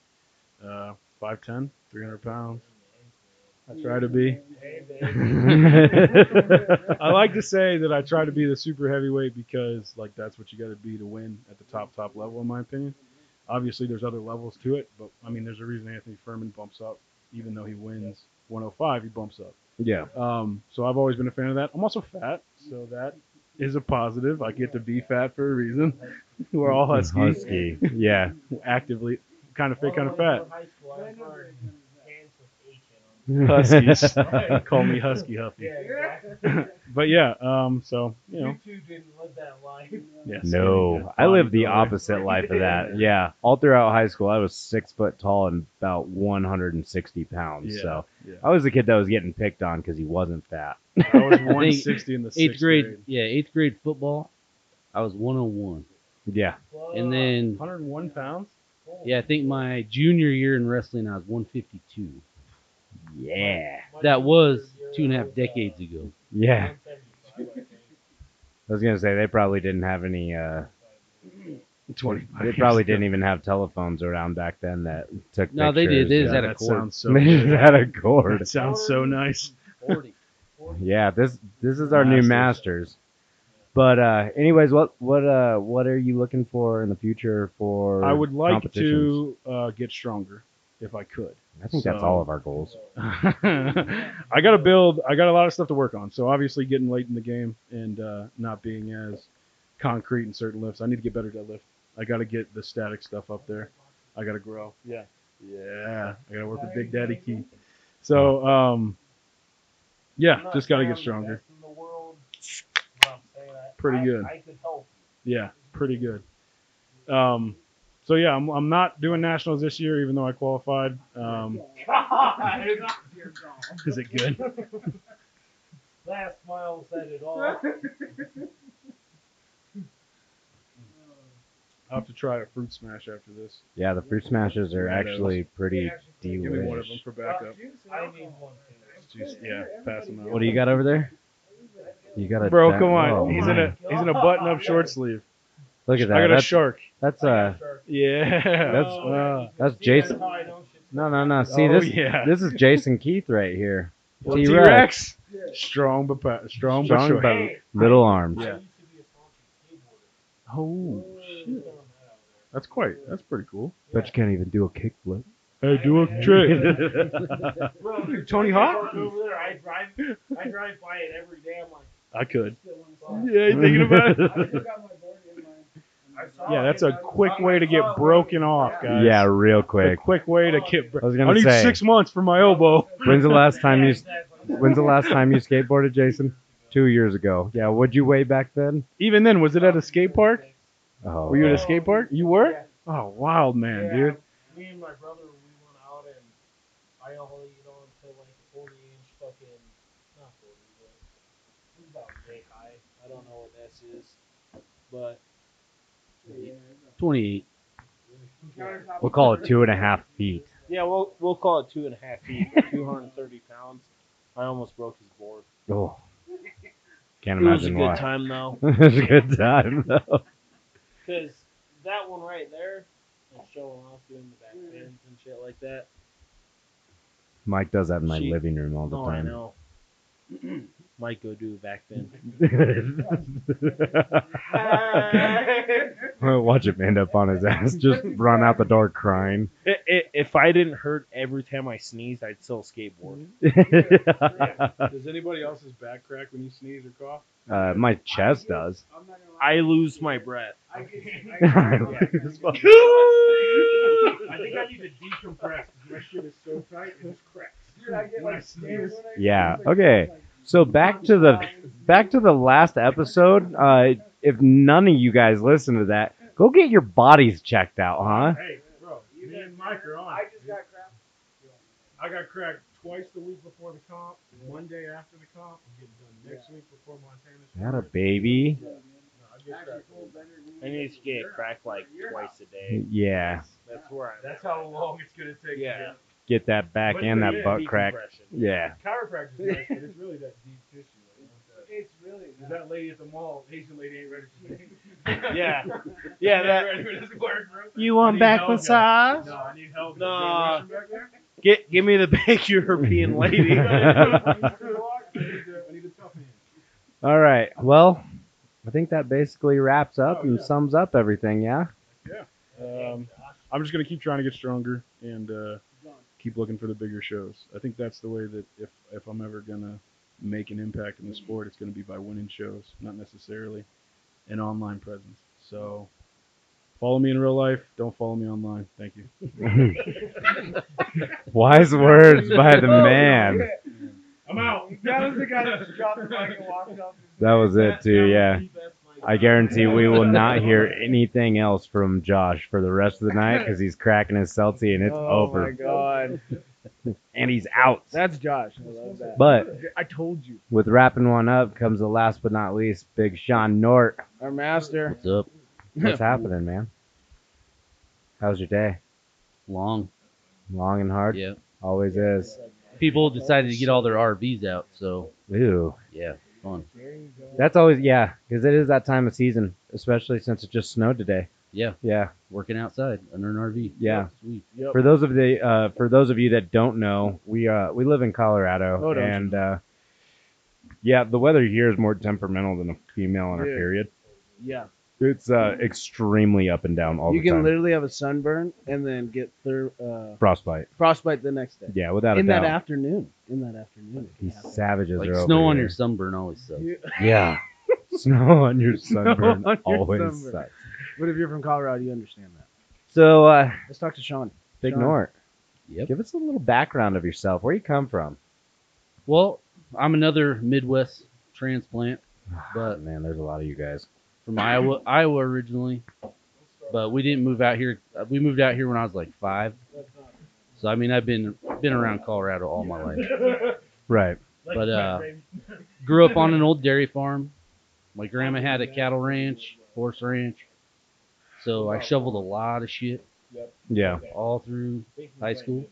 [SPEAKER 6] Uh, 5'10", 300 pounds. I try to be.
[SPEAKER 4] Hey,
[SPEAKER 1] right,
[SPEAKER 6] I like to say that I try to be the super heavyweight because, like, that's what you got to be to win at the top, top level, in my opinion. Obviously, there's other levels to it, but, I mean, there's a reason Anthony Furman bumps up. Even though he wins 105, he bumps up.
[SPEAKER 1] Yeah.
[SPEAKER 6] Um, so I've always been a fan of that. I'm also fat, so that is a positive. I get to be fat for a reason. We're all husky,
[SPEAKER 1] Husky. Yeah.
[SPEAKER 6] actively kind of
[SPEAKER 4] All
[SPEAKER 6] fit,
[SPEAKER 4] the
[SPEAKER 6] kind of
[SPEAKER 4] way
[SPEAKER 6] fat.
[SPEAKER 4] through High school, I was wearing pants with H in 'em.
[SPEAKER 6] Huskies. Call me Husky Huffy.
[SPEAKER 4] Yeah, exactly.
[SPEAKER 6] But yeah, um, so you know,
[SPEAKER 4] You two didn't live that life.
[SPEAKER 6] yes,
[SPEAKER 1] No, I lived the
[SPEAKER 6] Bodybuilder.
[SPEAKER 1] opposite life of that. Yeah, all throughout high school, I was six foot tall and about 160 pounds.
[SPEAKER 6] Yeah,
[SPEAKER 1] So
[SPEAKER 6] yeah.
[SPEAKER 1] I was the kid that was getting picked on because he wasn't fat.
[SPEAKER 6] I was 160 in the
[SPEAKER 3] Eighth
[SPEAKER 6] sixth
[SPEAKER 3] grade,
[SPEAKER 6] grade.
[SPEAKER 3] yeah, eighth grade football. I was 101,
[SPEAKER 1] Yeah,
[SPEAKER 3] and then
[SPEAKER 6] 101 pounds.
[SPEAKER 3] yeah, I think my junior year in wrestling, I was 152.
[SPEAKER 1] yeah,
[SPEAKER 3] That was two and a
[SPEAKER 4] uh,
[SPEAKER 3] half decades ago.
[SPEAKER 1] yeah. I was gonna say they probably didn't have any. Uh,
[SPEAKER 6] 20.
[SPEAKER 1] they probably didn't even have telephones around back then that took.
[SPEAKER 3] No, they did.
[SPEAKER 1] pictures,
[SPEAKER 3] They
[SPEAKER 1] you
[SPEAKER 3] just
[SPEAKER 1] know.
[SPEAKER 3] had a
[SPEAKER 6] that
[SPEAKER 3] cord.
[SPEAKER 6] sounds so.
[SPEAKER 1] They just
[SPEAKER 6] good.
[SPEAKER 1] had a cord.
[SPEAKER 6] That sounds so nice.
[SPEAKER 3] 40.
[SPEAKER 1] Yeah, this this is our new masters.
[SPEAKER 6] Masters.
[SPEAKER 1] But uh anyways, what what uh what are you looking for in the future for
[SPEAKER 6] I would like
[SPEAKER 1] competitions?
[SPEAKER 6] to uh, get stronger if I could.
[SPEAKER 1] I think that's
[SPEAKER 6] so-
[SPEAKER 1] all of our goals.
[SPEAKER 6] I got to build. I got a lot of stuff to work on. So obviously, getting late in the game and uh, not being as concrete in certain lifts. I need to get better deadlift. I got to get the static stuff up there. I got to grow. Yeah, yeah. I got to work with Big Daddy Key. So, um, yeah, just got to get stronger. Pretty good.
[SPEAKER 4] I could help.
[SPEAKER 6] Yeah, pretty good. Um, so yeah, I'm, I'm not doing nationals this year, even though I qualified. Um,
[SPEAKER 4] God,
[SPEAKER 6] is it good?
[SPEAKER 4] last mile said it all.
[SPEAKER 6] I'll have to try a fruit smash after this.
[SPEAKER 1] Yeah, the fruit smashes are
[SPEAKER 6] Tomatoes.
[SPEAKER 1] actually pretty
[SPEAKER 6] Give me one of
[SPEAKER 1] delish.
[SPEAKER 6] them for backup.
[SPEAKER 4] I need one too.
[SPEAKER 6] Just, yeah, pass them out.
[SPEAKER 1] What do you got over there? You got a
[SPEAKER 6] Bro,
[SPEAKER 1] da-
[SPEAKER 6] come on.
[SPEAKER 1] oh,
[SPEAKER 6] he's in
[SPEAKER 1] man.
[SPEAKER 6] a he's in a button up short sleeve.
[SPEAKER 1] Look at that.
[SPEAKER 6] I got a
[SPEAKER 1] that's,
[SPEAKER 6] shark.
[SPEAKER 1] that's uh
[SPEAKER 6] Yeah.
[SPEAKER 1] That's-
[SPEAKER 6] uh,
[SPEAKER 1] that's
[SPEAKER 4] See, that's
[SPEAKER 1] Jason.
[SPEAKER 4] how I know shit's
[SPEAKER 1] No, no, no. See
[SPEAKER 6] oh,
[SPEAKER 1] this
[SPEAKER 6] yeah.
[SPEAKER 1] this is Jason Keith right here.
[SPEAKER 6] Well,
[SPEAKER 1] T-Rex.
[SPEAKER 6] T-Rex. Strong but pa- strong, but
[SPEAKER 1] Strong
[SPEAKER 6] short.
[SPEAKER 1] but- Little arms.
[SPEAKER 4] I
[SPEAKER 6] Yeah.
[SPEAKER 4] used to be a funky skateboarder.
[SPEAKER 6] Oh shit.
[SPEAKER 4] Throwing that out there.
[SPEAKER 6] That's quite. That's pretty cool.
[SPEAKER 1] But you can't even do a kickflip.
[SPEAKER 6] Hey, do a trick.
[SPEAKER 4] Bro,
[SPEAKER 6] Dude,
[SPEAKER 4] I
[SPEAKER 6] Tony Hawk?
[SPEAKER 4] park Over there, I drive, I drive by it every day. I'm like,
[SPEAKER 6] I could.
[SPEAKER 4] fuck.
[SPEAKER 6] Yeah, you thinking about it?
[SPEAKER 4] I saw
[SPEAKER 6] Yeah,
[SPEAKER 4] it,
[SPEAKER 6] that's
[SPEAKER 4] and
[SPEAKER 6] a
[SPEAKER 4] I was
[SPEAKER 6] quick
[SPEAKER 4] like,
[SPEAKER 6] way to
[SPEAKER 4] I
[SPEAKER 6] get
[SPEAKER 4] saw it.
[SPEAKER 6] broken off,
[SPEAKER 4] Yeah.
[SPEAKER 6] guys.
[SPEAKER 1] Yeah, real
[SPEAKER 6] A
[SPEAKER 1] quick.
[SPEAKER 6] quick way to get. Bro-
[SPEAKER 1] I was
[SPEAKER 6] I
[SPEAKER 1] gonna
[SPEAKER 6] need
[SPEAKER 1] say.
[SPEAKER 6] six months for my elbow.
[SPEAKER 1] When's the last time
[SPEAKER 4] Yeah,
[SPEAKER 1] you
[SPEAKER 4] exactly.
[SPEAKER 1] When's the last time you skateboarded, Jason? Two years ago. Yeah, what'd you weigh back then?
[SPEAKER 6] Even then, was it at a skate park?
[SPEAKER 1] Oh,
[SPEAKER 6] Were you at
[SPEAKER 1] yeah.
[SPEAKER 6] a skate park? You were?
[SPEAKER 4] Yeah.
[SPEAKER 6] Oh, wild man,
[SPEAKER 4] Yeah.
[SPEAKER 6] dude.
[SPEAKER 4] Me and my brother, we went out and I ollied on to like a 40 inch fucking, not 40, but it was about yay high. I don't know what this is, but
[SPEAKER 3] 28.
[SPEAKER 1] We'll call it two and a half feet.
[SPEAKER 5] Yeah, we'll we'll call it two and a half feet, two hundred and thirty pounds. I almost broke his board.
[SPEAKER 1] Oh, can't
[SPEAKER 5] It was a
[SPEAKER 1] imagine
[SPEAKER 5] good
[SPEAKER 1] why.
[SPEAKER 5] time though,
[SPEAKER 1] it was a good time though.
[SPEAKER 5] because that one right there, and showing off doing the back
[SPEAKER 3] Mm-hmm.
[SPEAKER 5] bends and shit like that.
[SPEAKER 1] Mike does that in my
[SPEAKER 5] She-
[SPEAKER 1] living room all the
[SPEAKER 5] No, Oh, I
[SPEAKER 1] time.
[SPEAKER 5] know. Might go do a back bend.
[SPEAKER 1] Watch him end up on his ass, just run out the door crying.
[SPEAKER 5] I- i- if I didn't hurt every time I sneezed, I'd still skateboard.
[SPEAKER 3] Mm-hmm.
[SPEAKER 1] uh,
[SPEAKER 6] Does anybody else's back crack when you sneeze or cough?
[SPEAKER 1] my chest does.
[SPEAKER 2] I'm not gonna lie.
[SPEAKER 5] I lose my breath.
[SPEAKER 2] I get, I, get,
[SPEAKER 1] I
[SPEAKER 2] I,
[SPEAKER 4] think I need to decompress because my shit is so tight it just cracks.
[SPEAKER 2] dude, I get
[SPEAKER 4] When I
[SPEAKER 2] like scared
[SPEAKER 4] sneeze.
[SPEAKER 2] when I-
[SPEAKER 1] Yeah,
[SPEAKER 2] like-
[SPEAKER 1] okay.
[SPEAKER 2] like-
[SPEAKER 1] So back to the back to the last episode. Uh, if none of you guys listen to that, go get your bodies checked out, huh?
[SPEAKER 6] Hey, bro,
[SPEAKER 2] You
[SPEAKER 6] me
[SPEAKER 2] got-
[SPEAKER 6] and Mike are on.
[SPEAKER 2] I just got crap.
[SPEAKER 6] I got cracked twice the week before the comp, one day after the comp, I'm getting done next week before Montana's.
[SPEAKER 1] That a baby.
[SPEAKER 6] No, I get
[SPEAKER 2] Actually,
[SPEAKER 6] cracked.
[SPEAKER 2] full better than
[SPEAKER 5] I
[SPEAKER 2] you
[SPEAKER 5] need to get cracked like twice a day.
[SPEAKER 1] Yeah,
[SPEAKER 5] That's where I'm.
[SPEAKER 6] That's how long it's gonna take. to
[SPEAKER 5] Yeah.
[SPEAKER 6] get-
[SPEAKER 1] get that back
[SPEAKER 6] But
[SPEAKER 1] and
[SPEAKER 6] yeah,
[SPEAKER 1] that butt crack.
[SPEAKER 5] Decompression.
[SPEAKER 1] Yeah.
[SPEAKER 6] Chiropractor's nice, but it's really that deep tissue. Like, you want that-
[SPEAKER 2] It's really not.
[SPEAKER 6] Cause that lady at the mall, Asian lady ain't ready for me.
[SPEAKER 5] Yeah. Yeah, that
[SPEAKER 6] ready for this work, bro.
[SPEAKER 1] You
[SPEAKER 6] want back
[SPEAKER 1] massage?
[SPEAKER 6] No, I need help.
[SPEAKER 5] Nah.
[SPEAKER 6] Is there a restroom back there?
[SPEAKER 5] get give me the big European lady.
[SPEAKER 6] I need to- I need a tough man.
[SPEAKER 1] All right. Well, I think that basically wraps up
[SPEAKER 6] Oh,
[SPEAKER 1] and
[SPEAKER 6] yeah.
[SPEAKER 1] sums up everything. Yeah.
[SPEAKER 6] Um, I'm just gonna keep trying to get stronger and uh,
[SPEAKER 2] Done.
[SPEAKER 6] keep looking for the bigger shows. I think that's the way that if if I'm ever gonna make an impact in the sport, it's gonna be by winning shows, not necessarily an online presence. So follow me in real life. Don't follow me online. Thank you.
[SPEAKER 1] Wise words by the man.
[SPEAKER 6] I'm out.
[SPEAKER 2] That was the guy that dropped the mic and walked off.
[SPEAKER 1] That was it too. Yeah.
[SPEAKER 2] The best mic.
[SPEAKER 1] I guarantee we will not hear anything else from Josh for the rest of the night because he's cracking his seltzy and it's
[SPEAKER 4] oh my
[SPEAKER 1] over
[SPEAKER 4] god,
[SPEAKER 1] and he's out.
[SPEAKER 4] that's Josh. I love that.
[SPEAKER 1] But
[SPEAKER 4] I told you,
[SPEAKER 1] with wrapping one up comes the last but not least, Big Sean Nort.
[SPEAKER 4] our master.
[SPEAKER 3] What's up?
[SPEAKER 1] What's happening, man? How's your day?
[SPEAKER 3] Long.
[SPEAKER 1] Long and hard.
[SPEAKER 3] Yeah.
[SPEAKER 1] Always is.
[SPEAKER 3] People decided to get all their RVs out, so
[SPEAKER 1] Ooh.
[SPEAKER 3] yeah, fun.
[SPEAKER 4] There you go.
[SPEAKER 1] That's always yeah, because it is that time of season, especially since it just snowed today.
[SPEAKER 3] Yeah,
[SPEAKER 1] Yeah.
[SPEAKER 3] working outside under an RV.
[SPEAKER 1] Yeah.
[SPEAKER 3] Sweet.
[SPEAKER 4] Yep.
[SPEAKER 1] For those of the uh, for those of you that don't know, we uh, we live in Colorado,
[SPEAKER 4] Oh, don't you?
[SPEAKER 1] and uh, yeah, the weather here is more temperamental than a female in her
[SPEAKER 4] Yeah.
[SPEAKER 1] period.
[SPEAKER 4] yeah.
[SPEAKER 1] It's uh, extremely up and down all
[SPEAKER 4] You
[SPEAKER 1] the
[SPEAKER 4] can
[SPEAKER 1] time.
[SPEAKER 4] literally have a sunburn and then get thir- uh,
[SPEAKER 1] Frostbite.
[SPEAKER 4] frostbite the next day.
[SPEAKER 1] Yeah, without
[SPEAKER 4] in
[SPEAKER 1] a
[SPEAKER 4] that
[SPEAKER 1] doubt.
[SPEAKER 4] afternoon. In that afternoon. it can
[SPEAKER 1] These
[SPEAKER 4] happen.
[SPEAKER 1] savages
[SPEAKER 3] Like
[SPEAKER 1] are over
[SPEAKER 3] snow on
[SPEAKER 1] here.
[SPEAKER 3] your sunburn always sucks.
[SPEAKER 1] yeah. Snow on your sunburn
[SPEAKER 4] on your
[SPEAKER 1] always
[SPEAKER 4] sunburn.
[SPEAKER 1] sucks.
[SPEAKER 4] But if you're from Colorado, you understand that.
[SPEAKER 1] So, uh,
[SPEAKER 4] Let's talk to Sean.
[SPEAKER 1] Big
[SPEAKER 4] Sean.
[SPEAKER 1] Nort,
[SPEAKER 3] Yep.
[SPEAKER 1] give us a little background of yourself. Where you come from?
[SPEAKER 3] Well, I'm another Midwest transplant But-
[SPEAKER 1] Ah, man, there's a lot of you guys.
[SPEAKER 3] from Iowa, Iowa originally, but we didn't move out here. uh, We moved out here when I was like five. So I mean, I've been been around Colorado all my life.
[SPEAKER 1] Right.
[SPEAKER 3] But uh, grew up on an old dairy farm. My grandma had a cattle ranch, horse ranch. So I shoveled a lot of shit
[SPEAKER 1] Yeah.
[SPEAKER 3] all through high school.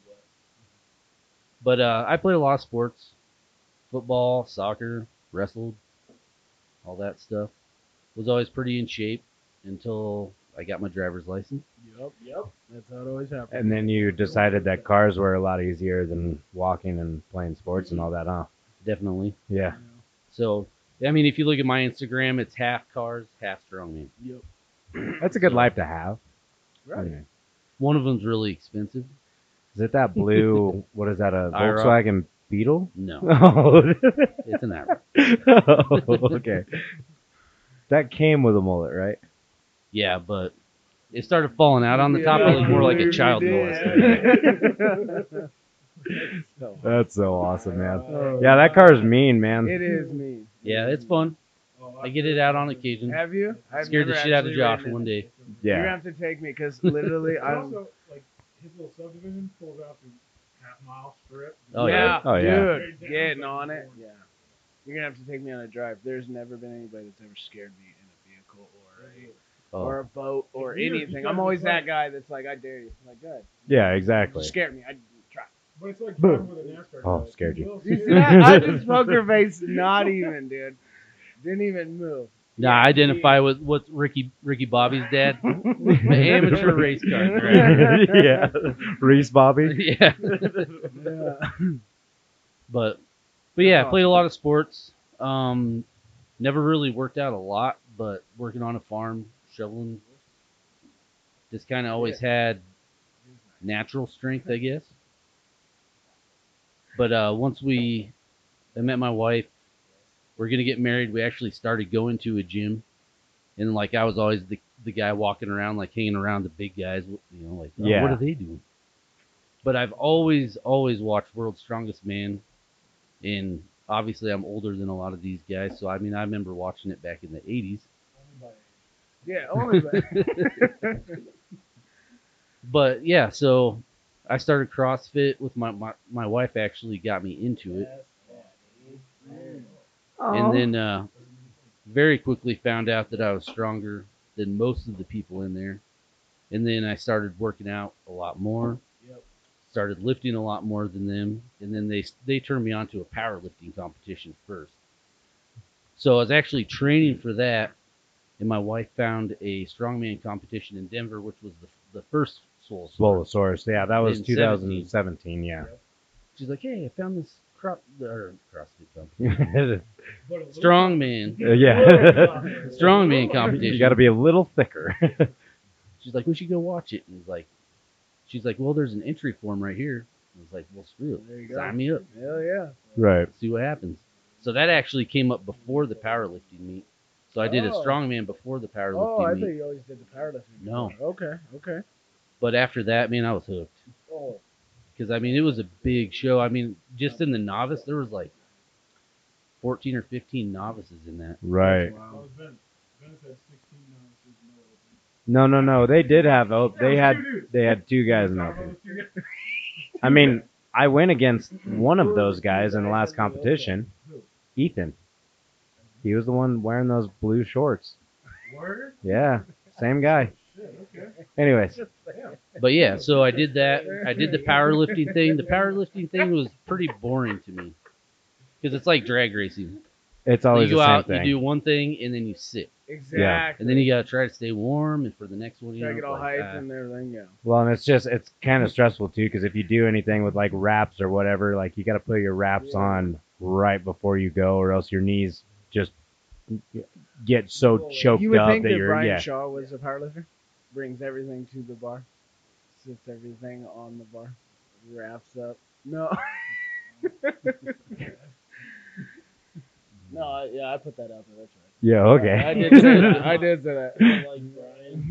[SPEAKER 3] But uh, I played a lot of sports football, soccer, wrestled, all that stuff. Was always pretty in shape until I got my driver's license.
[SPEAKER 4] Yep, yep. That's how it always happens.
[SPEAKER 1] And then you decided that cars were a lot easier than walking and playing sports and all that, huh?
[SPEAKER 3] Definitely.
[SPEAKER 1] Yeah.
[SPEAKER 3] So, I mean, if you look at my Instagram, it's half cars, half strongman.
[SPEAKER 4] Yep.
[SPEAKER 1] That's a good life to have.
[SPEAKER 4] Right.
[SPEAKER 1] Yeah.
[SPEAKER 3] One of them's really expensive.
[SPEAKER 1] Is it that blue, what is that, a
[SPEAKER 3] IROC?
[SPEAKER 1] Volkswagen Beetle?
[SPEAKER 3] No,
[SPEAKER 1] Oh.
[SPEAKER 3] it's an average.
[SPEAKER 1] okay. That came with a mullet, right?
[SPEAKER 3] Yeah, but it started falling out on the top. It looked more like a child molester.
[SPEAKER 4] So,
[SPEAKER 1] That's so awesome, man.
[SPEAKER 4] uh,
[SPEAKER 1] Yeah, that car's mean,
[SPEAKER 4] It
[SPEAKER 1] man.
[SPEAKER 4] is me.
[SPEAKER 3] Yeah, it's fun. I get it out on occasion.
[SPEAKER 4] Have you? I've
[SPEAKER 3] Scared the
[SPEAKER 4] never
[SPEAKER 3] shit out of
[SPEAKER 4] actually
[SPEAKER 3] Josh
[SPEAKER 4] ridden it.
[SPEAKER 3] one day.
[SPEAKER 4] You're
[SPEAKER 1] Yeah.
[SPEAKER 4] gonna have to take me because literally I'm.
[SPEAKER 2] also, like, his little subdivision pulls out the half mile strip.
[SPEAKER 3] Oh yeah.
[SPEAKER 1] Oh, yeah.
[SPEAKER 4] Dude, getting on it. Yeah. You're gonna have to take me on a drive. There's never been anybody that's ever scared me in a vehicle or a
[SPEAKER 3] Oh.
[SPEAKER 2] or a boat or
[SPEAKER 4] If you're-
[SPEAKER 2] anything.
[SPEAKER 4] you
[SPEAKER 2] I'm
[SPEAKER 4] gotta
[SPEAKER 2] always
[SPEAKER 4] be
[SPEAKER 2] that guy that's like, I dare you. I'm like, good.
[SPEAKER 1] Yeah,
[SPEAKER 2] You
[SPEAKER 1] exactly.
[SPEAKER 2] scared me. I try.
[SPEAKER 4] But it's like
[SPEAKER 1] Boom.
[SPEAKER 4] driving with a NASCAR
[SPEAKER 1] Oh,
[SPEAKER 4] guy.
[SPEAKER 1] scared you.
[SPEAKER 4] will
[SPEAKER 2] You see
[SPEAKER 4] steer-
[SPEAKER 2] that? I just poker face, not even, dude. Didn't even move.
[SPEAKER 3] Now I identify with with Ricky Ricky Bobby's dad, the amateur race car driver.
[SPEAKER 1] yeah, Reese Bobby.
[SPEAKER 3] yeah,
[SPEAKER 2] Yeah.
[SPEAKER 3] but but yeah, I played a lot of sports. Um, never really worked out a lot, but working on a farm, shoveling, just kind of always had natural strength, I guess. But uh, once we, I met my wife. We're gonna get married. We actually started going to a gym, and like I was always the the guy walking around, like hanging around the big guys. You know, like "Oh,
[SPEAKER 1] Yeah.
[SPEAKER 3] what are they doing? But I've always always watched World's Strongest Man, and obviously I'm older than a lot of these guys. So I mean, I remember watching it back in the '80s.
[SPEAKER 2] Yeah, only but
[SPEAKER 3] But yeah, so I started CrossFit with my my, my wife. Actually, got me into it. and then uh, very quickly found out that I was stronger than most of the people in there. And then I started working out a lot more.
[SPEAKER 2] Yep.
[SPEAKER 3] Started lifting a lot more than them, and then they they turned me on to a powerlifting competition first. So I was actually training for that, and my wife found a strongman competition in Denver, which was the, the first Soul Source.
[SPEAKER 1] Swolosaurus. Yeah, that was
[SPEAKER 3] In
[SPEAKER 1] 2017. Yeah.
[SPEAKER 3] She's like, "Hey, I found this crop or CrossFit competition,
[SPEAKER 1] Uh,
[SPEAKER 3] strongman,
[SPEAKER 1] yeah.
[SPEAKER 3] strongman competition."
[SPEAKER 1] you got to be a little thicker.
[SPEAKER 3] She's like, we should go watch it. And he's like, she's like, well, there's an entry form right here. I was like, well, screw it.
[SPEAKER 2] There you go.
[SPEAKER 3] Sign me up.
[SPEAKER 2] Hell yeah.
[SPEAKER 1] right.
[SPEAKER 3] See what happens. So that actually came up before the powerlifting meet. So I did a
[SPEAKER 2] Oh.
[SPEAKER 3] strongman before the
[SPEAKER 2] Oh, I
[SPEAKER 3] powerlifting
[SPEAKER 2] thought
[SPEAKER 3] meet.
[SPEAKER 2] you always did the powerlifting.
[SPEAKER 3] No.
[SPEAKER 2] Okay, okay.
[SPEAKER 3] But after that, man, I was hooked.
[SPEAKER 2] Oh,
[SPEAKER 3] Because, I mean, it was a big show. I mean, just in the novice, there was like 14 or 15 novices in that.
[SPEAKER 1] Right.
[SPEAKER 4] Well, Ben- Ben's had 16 now, so he's no open.
[SPEAKER 1] No, no, no. They did have. Oh,
[SPEAKER 4] Yeah,
[SPEAKER 1] they had.
[SPEAKER 4] two dudes.
[SPEAKER 1] They had two guys
[SPEAKER 4] Talking
[SPEAKER 1] in
[SPEAKER 4] about
[SPEAKER 1] open.
[SPEAKER 4] those two guys.
[SPEAKER 1] I mean, I went against one of those guys in the last competition, Ethan. He was the one wearing those blue shorts.
[SPEAKER 4] Word?
[SPEAKER 1] Yeah, same guy.
[SPEAKER 4] Shit, okay.
[SPEAKER 1] Anyways,
[SPEAKER 3] But yeah, so I did that. I did the powerlifting thing. The powerlifting thing was pretty boring to me. Because it's like drag racing.
[SPEAKER 1] it's
[SPEAKER 3] So you
[SPEAKER 1] always
[SPEAKER 3] go
[SPEAKER 1] the same
[SPEAKER 3] out,
[SPEAKER 1] thing.
[SPEAKER 3] you do one thing, and then you sit,
[SPEAKER 2] exactly.
[SPEAKER 3] and then you gotta try to stay warm, and for the next one, you
[SPEAKER 2] Try
[SPEAKER 3] know,
[SPEAKER 2] to get all
[SPEAKER 3] like,
[SPEAKER 2] hyped
[SPEAKER 1] uh,
[SPEAKER 3] ah.
[SPEAKER 2] and everything. Yeah.
[SPEAKER 1] Well, and it's just it's kind
[SPEAKER 2] Mm-hmm.
[SPEAKER 1] of stressful too because if you do anything with like wraps or whatever, like you got to put your wraps
[SPEAKER 2] Yeah.
[SPEAKER 1] on right before you go, or else your knees just get so choked
[SPEAKER 2] you would
[SPEAKER 1] up
[SPEAKER 2] think
[SPEAKER 1] that
[SPEAKER 2] that
[SPEAKER 1] you're
[SPEAKER 2] Brian
[SPEAKER 1] yeah.
[SPEAKER 2] Shaw was a powerlifter. Brings everything to the bar. Sits everything on the bar. Wraps up. No. no, I, yeah, I put that out there. That's right.
[SPEAKER 1] yeah.
[SPEAKER 2] I
[SPEAKER 1] Okay.
[SPEAKER 2] did say that. I did say that.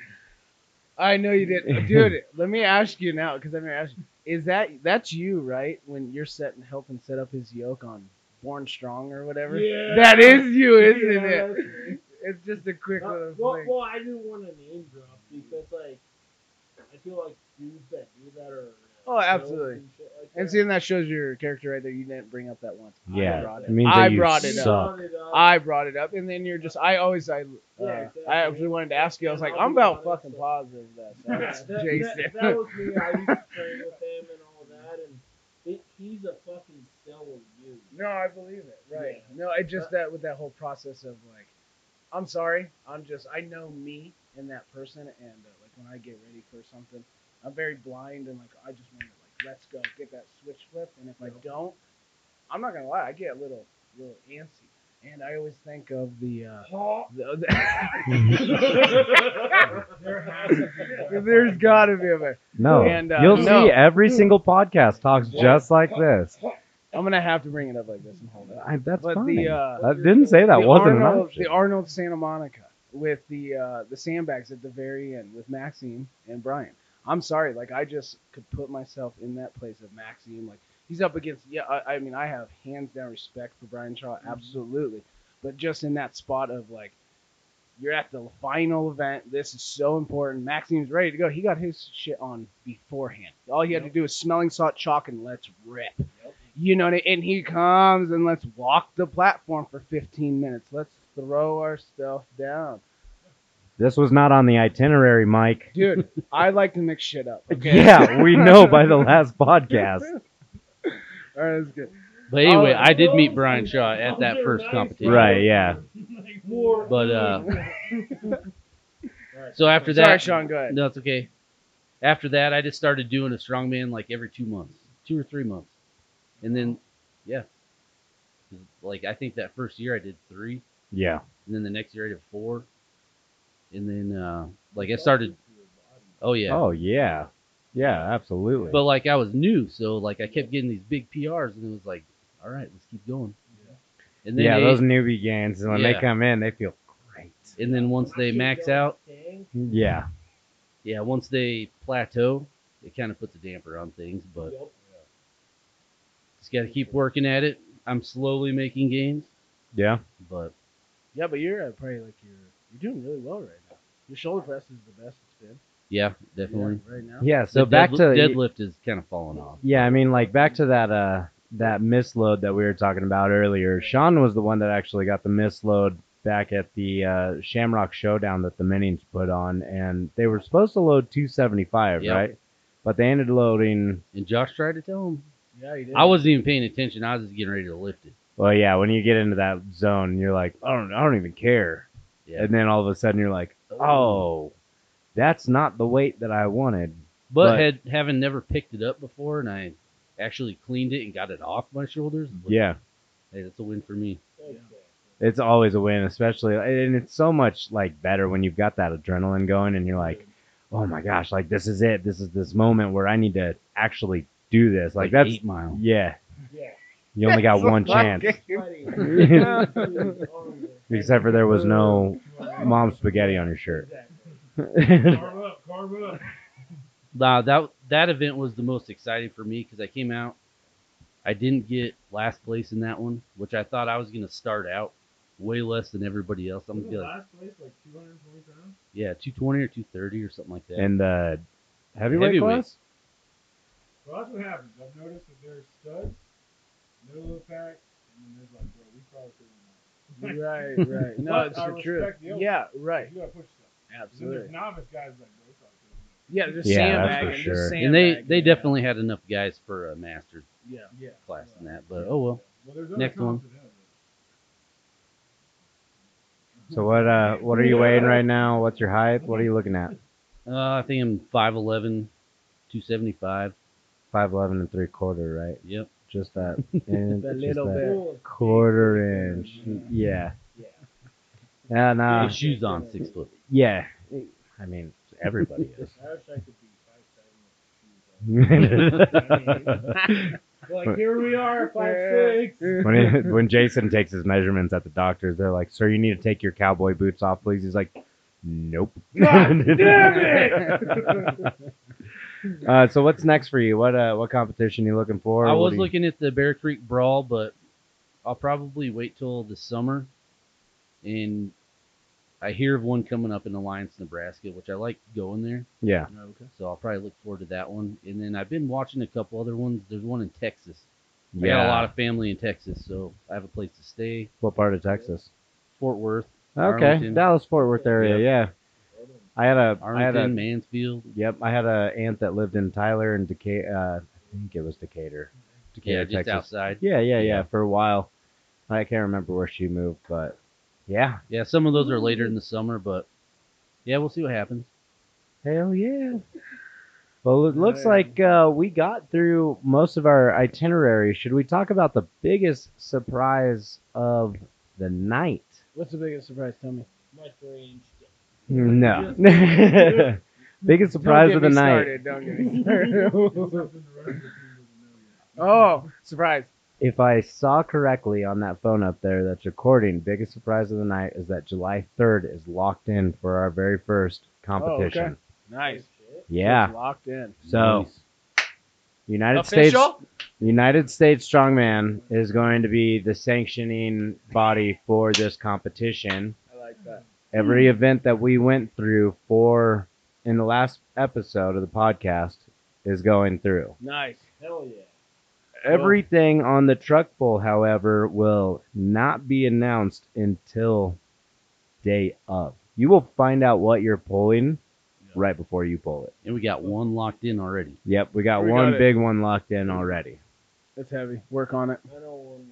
[SPEAKER 2] I know you did, dude. let me ask you now, because I've never asked. You, is that that's you, right? When you're setting, helping set up his yoke on Born Strong or whatever.
[SPEAKER 5] Yeah. Uh,
[SPEAKER 2] That is you, isn't
[SPEAKER 5] Yeah,
[SPEAKER 2] it? It's just a quick
[SPEAKER 5] Uh,
[SPEAKER 2] little
[SPEAKER 5] well,
[SPEAKER 2] thing.
[SPEAKER 5] well, I didn't want to name drop because, like, I feel like dudes that do that are.
[SPEAKER 2] Oh, absolutely.
[SPEAKER 5] and shit like
[SPEAKER 2] and
[SPEAKER 5] that.
[SPEAKER 2] seeing that shows your character right there. You didn't bring up that once. I
[SPEAKER 1] yeah.
[SPEAKER 2] brought
[SPEAKER 1] It
[SPEAKER 2] it.
[SPEAKER 1] means
[SPEAKER 2] I
[SPEAKER 1] that you
[SPEAKER 2] brought it
[SPEAKER 5] You
[SPEAKER 2] up.
[SPEAKER 1] suck.
[SPEAKER 5] brought it up.
[SPEAKER 2] I brought it up, and then you're just. I always. I. Uh,
[SPEAKER 5] Yeah, exactly.
[SPEAKER 2] I actually wanted to ask you. I was like,
[SPEAKER 5] And I'll
[SPEAKER 2] I'm
[SPEAKER 5] be
[SPEAKER 2] about
[SPEAKER 5] honest,
[SPEAKER 2] fucking
[SPEAKER 5] uh,
[SPEAKER 2] positive that.
[SPEAKER 5] Yeah,
[SPEAKER 2] That's
[SPEAKER 5] that, that-
[SPEAKER 2] Jason.
[SPEAKER 5] that was me. I used to train with him and all that, and it, he's a fucking stellar dude.
[SPEAKER 2] No, I believe it. Right.
[SPEAKER 5] Yeah.
[SPEAKER 2] No, it just that with that whole process of like, I'm sorry, I'm just I know me and that person, and uh, like when I get ready for something, I'm very blind and like I just want to like let's go get that switch flip, and if I don't, I'm not gonna lie, I get a little little antsy, and I always think of the. Uh, the, the- There's gotta be a way.
[SPEAKER 1] No.
[SPEAKER 2] And, uh,
[SPEAKER 1] You'll
[SPEAKER 2] no.
[SPEAKER 1] see every single podcast talks just like this.
[SPEAKER 2] I'm gonna have to bring it up like this and hold it.
[SPEAKER 1] I, that's
[SPEAKER 2] But
[SPEAKER 1] fine.
[SPEAKER 2] the uh,
[SPEAKER 1] I didn't say that
[SPEAKER 2] the
[SPEAKER 1] wasn't an
[SPEAKER 2] Arnold,
[SPEAKER 1] option.
[SPEAKER 2] the Arnold Santa Monica with the uh, the sandbags at the very end with Maxime and Brian. I'm sorry, like I just could put myself in that place of Maxime. Like he's up against, yeah. I, I mean, I have hands down respect for Brian Shaw,
[SPEAKER 1] Mm-hmm.
[SPEAKER 2] absolutely. But just in that spot of like, you're at the final event. This is so important. Maxime's ready to go. He got his shit on beforehand. All he had to do is smelling salt, chalk, and let's rip you know, and he comes and let's walk the platform for 15 minutes. Let's throw our stuff down.
[SPEAKER 1] This was not on the itinerary, Mike.
[SPEAKER 2] Dude, I like to mix shit up. Okay.
[SPEAKER 1] Yeah, we know by the last podcast.
[SPEAKER 2] All right, that's good.
[SPEAKER 3] But anyway,
[SPEAKER 2] Oh,
[SPEAKER 3] I did meet Brian Shaw at that first competition.
[SPEAKER 1] Right, yeah.
[SPEAKER 3] But uh, so after
[SPEAKER 2] Sorry,
[SPEAKER 3] that,
[SPEAKER 2] Sean, go ahead.
[SPEAKER 3] no, it's okay. After that, I just started doing a strongman like every two months, two or three months, and then yeah, like I think that first year I did three,
[SPEAKER 1] Yeah.
[SPEAKER 3] and then the next year I did four, and then uh, like I started. Oh yeah.
[SPEAKER 1] Oh, yeah. Yeah, absolutely.
[SPEAKER 3] But like I was new, so like I kept getting these big PRs, and it was like, all right, let's keep going. And then
[SPEAKER 1] yeah,
[SPEAKER 3] they-
[SPEAKER 1] those newbie gains, when
[SPEAKER 3] Yeah.
[SPEAKER 1] they come in, they feel great.
[SPEAKER 3] and then once they max out,
[SPEAKER 1] Yeah.
[SPEAKER 3] yeah, once they plateau, it kind of puts a damper on things. But just got to keep working at it. I'm slowly making gains,
[SPEAKER 1] Yeah.
[SPEAKER 3] but
[SPEAKER 2] Yeah, but you're at probably like you're you're doing really well right now. Your shoulder press is the best it's been.
[SPEAKER 3] yeah,
[SPEAKER 2] Yeah,
[SPEAKER 3] definitely.
[SPEAKER 2] right now.
[SPEAKER 1] Yeah, so
[SPEAKER 3] The
[SPEAKER 1] back
[SPEAKER 3] deadli-
[SPEAKER 1] to
[SPEAKER 3] deadlift is kind of falling off.
[SPEAKER 1] Yeah, I mean, like back to that uh that misload that we were talking about earlier. Sean was the one that actually got the misload back at the uh, Shamrock Showdown that the Minions put on, and they were supposed to load 275,
[SPEAKER 3] Yep.
[SPEAKER 1] right? But they ended loading.
[SPEAKER 3] And Josh tried to tell him.
[SPEAKER 2] Yeah, you did.
[SPEAKER 3] I wasn't even paying attention. I was just getting ready to lift it.
[SPEAKER 1] Well, yeah, when you get into that zone, you're like, I don't, I don't even care.
[SPEAKER 3] Yeah,
[SPEAKER 1] And then all of a sudden, you're like, oh, that's not the weight that I wanted.
[SPEAKER 3] but,
[SPEAKER 1] but-
[SPEAKER 3] had having never picked it up before, and I actually cleaned it and got it off my shoulders. was-
[SPEAKER 1] Yeah.
[SPEAKER 3] hey, that's a win for me.
[SPEAKER 1] it's always a win, especially and it's so much like better when you've got that adrenaline going and you're like, oh my gosh, like this is it, this is this moment where I need to actually do this. Like, that's
[SPEAKER 3] eight mile.
[SPEAKER 1] yeah, you only got one chance. Except for there was no mom spaghetti on your shirt.
[SPEAKER 6] Carve up, carve up.
[SPEAKER 3] Nah, that that event was the most exciting for me because I came out. I didn't get last place in that one, which I thought I was gonna start out way less than everybody else. I'm gonna be like,
[SPEAKER 6] last place like 220 pounds?
[SPEAKER 3] yeah, 220 or 230 or something like that.
[SPEAKER 1] and the heavyweight,
[SPEAKER 3] Heavyweight.
[SPEAKER 1] class,
[SPEAKER 6] Well, that's what happens. I've noticed that there's studs, middle of the pack, and then there's like, bro, we probably could win that.
[SPEAKER 2] right, right. No,
[SPEAKER 6] But
[SPEAKER 2] it's
[SPEAKER 6] I
[SPEAKER 2] the truth.
[SPEAKER 6] respect the other
[SPEAKER 2] Yeah, right.
[SPEAKER 6] You gotta push stuff. Then there's
[SPEAKER 2] Absolutely.
[SPEAKER 6] novice guys like, bro, we probably could
[SPEAKER 2] Yeah,
[SPEAKER 6] win that.
[SPEAKER 2] just
[SPEAKER 1] Yeah, that's
[SPEAKER 2] sandbagging.
[SPEAKER 1] for
[SPEAKER 2] just
[SPEAKER 1] sure.
[SPEAKER 3] And they
[SPEAKER 2] sandbagging,
[SPEAKER 3] they
[SPEAKER 2] yeah.
[SPEAKER 3] definitely had enough guys for a master's
[SPEAKER 2] Yeah.
[SPEAKER 6] Yeah.
[SPEAKER 3] class in that, but oh well.
[SPEAKER 6] Well, there's other
[SPEAKER 3] Next
[SPEAKER 6] comps that have it.
[SPEAKER 1] So what? Uh, what are you weighing right now? What's your height? What are you looking at?
[SPEAKER 3] Uh, I think I'm 5'11", 275.
[SPEAKER 1] Five eleven and three quarter, right?
[SPEAKER 3] Yep.
[SPEAKER 1] Just that, and
[SPEAKER 2] A
[SPEAKER 1] just
[SPEAKER 2] little
[SPEAKER 1] that.
[SPEAKER 2] bit.
[SPEAKER 1] quarter inch. Yeah. Yeah. Nah.
[SPEAKER 3] With shoes on, six foot.
[SPEAKER 1] Yeah. I mean, everybody is.
[SPEAKER 6] I wish I could be five seven.
[SPEAKER 1] Like,
[SPEAKER 6] Like here we are,
[SPEAKER 2] five,
[SPEAKER 6] five
[SPEAKER 2] six.
[SPEAKER 6] six.
[SPEAKER 1] when, he- when Jason takes his measurements at the doctor's, they're like, "Sir, you need to take your cowboy boots off, please." He's like, "Nope." Uh, so what's next for you? What uh, what competition you looking for?
[SPEAKER 3] I
[SPEAKER 1] What
[SPEAKER 3] was
[SPEAKER 1] do you-
[SPEAKER 3] looking at the Bear Creek Brawl, but I'll probably wait till the summer. And I hear of one coming up in Alliance, Nebraska, which I like going there.
[SPEAKER 1] Yeah.
[SPEAKER 3] So I'll probably look forward to that one. And then I've been watching a couple other ones. There's one in Texas. I
[SPEAKER 1] Yeah.
[SPEAKER 3] got a lot of family in Texas, so I have a place to stay.
[SPEAKER 1] what part of Texas?
[SPEAKER 3] Fort Worth,
[SPEAKER 1] Okay,
[SPEAKER 3] Arlington.
[SPEAKER 1] Dallas Fort Worth area. Yeah. I had a I had
[SPEAKER 3] Arlington,
[SPEAKER 1] a
[SPEAKER 3] Mansfield.
[SPEAKER 1] Yep, I had a aunt that lived in Tyler and Decatur. Uh, I think it was Decatur.
[SPEAKER 3] Yeah,
[SPEAKER 1] Decatur,
[SPEAKER 3] just
[SPEAKER 1] Texas.
[SPEAKER 3] outside.
[SPEAKER 1] Yeah, yeah, yeah,
[SPEAKER 3] Yeah.
[SPEAKER 1] For a while, I can't remember where she moved, but yeah,
[SPEAKER 3] Yeah, some of those are later in the summer, but yeah, we'll see what happens.
[SPEAKER 1] hell yeah. Well, it looks like uh, we got through most of our itinerary. Should we talk about the biggest surprise of the night?
[SPEAKER 2] What's the biggest surprise? Tell me.
[SPEAKER 1] No. biggest surprise
[SPEAKER 2] Don't get
[SPEAKER 1] of the
[SPEAKER 2] me
[SPEAKER 1] night.
[SPEAKER 2] Started. Don't get me started. oh, surprise.
[SPEAKER 1] If I saw correctly on that phone up there that's recording, biggest surprise of the night is that July 3rd is locked in for our very first competition.
[SPEAKER 2] Nice.
[SPEAKER 1] Yeah.
[SPEAKER 2] Just locked in.
[SPEAKER 1] So
[SPEAKER 3] Nice.
[SPEAKER 1] United States
[SPEAKER 2] Official?
[SPEAKER 1] United States Strongman is going to be the sanctioning body for this competition.
[SPEAKER 2] I like that.
[SPEAKER 1] Every event that we went through for in the last episode of the podcast is going through.
[SPEAKER 2] Nice.
[SPEAKER 1] Everything on the truck pull, however, will not be announced until day of. You will find out what you're pulling
[SPEAKER 6] Yeah.
[SPEAKER 1] right before you pull it.
[SPEAKER 3] And we got one locked in already.
[SPEAKER 1] Yep, we got
[SPEAKER 2] We
[SPEAKER 1] one
[SPEAKER 2] got it.
[SPEAKER 1] big one locked in already.
[SPEAKER 2] That's heavy. Work on it.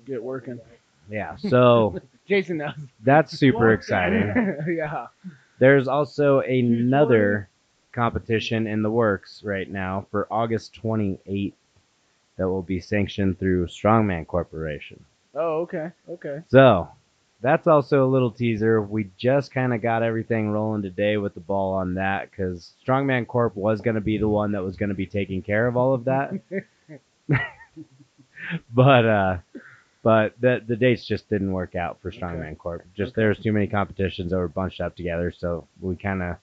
[SPEAKER 2] Get working.
[SPEAKER 1] Yeah, so
[SPEAKER 2] Jason knows.
[SPEAKER 1] that's super exciting.
[SPEAKER 2] yeah.
[SPEAKER 1] There's also another competition in the works right now for August 28th that will be sanctioned through Strongman Corporation.
[SPEAKER 2] Oh, okay. Okay.
[SPEAKER 1] So that's also a little teaser. We just kind of got everything rolling today with the ball on that because Strongman Corp was going to be the one that was going to be taking care of all of that. but uh, but the the dates just didn't work out for Strongman Corp. Just there was too many competitions that were bunched up together, so we kind of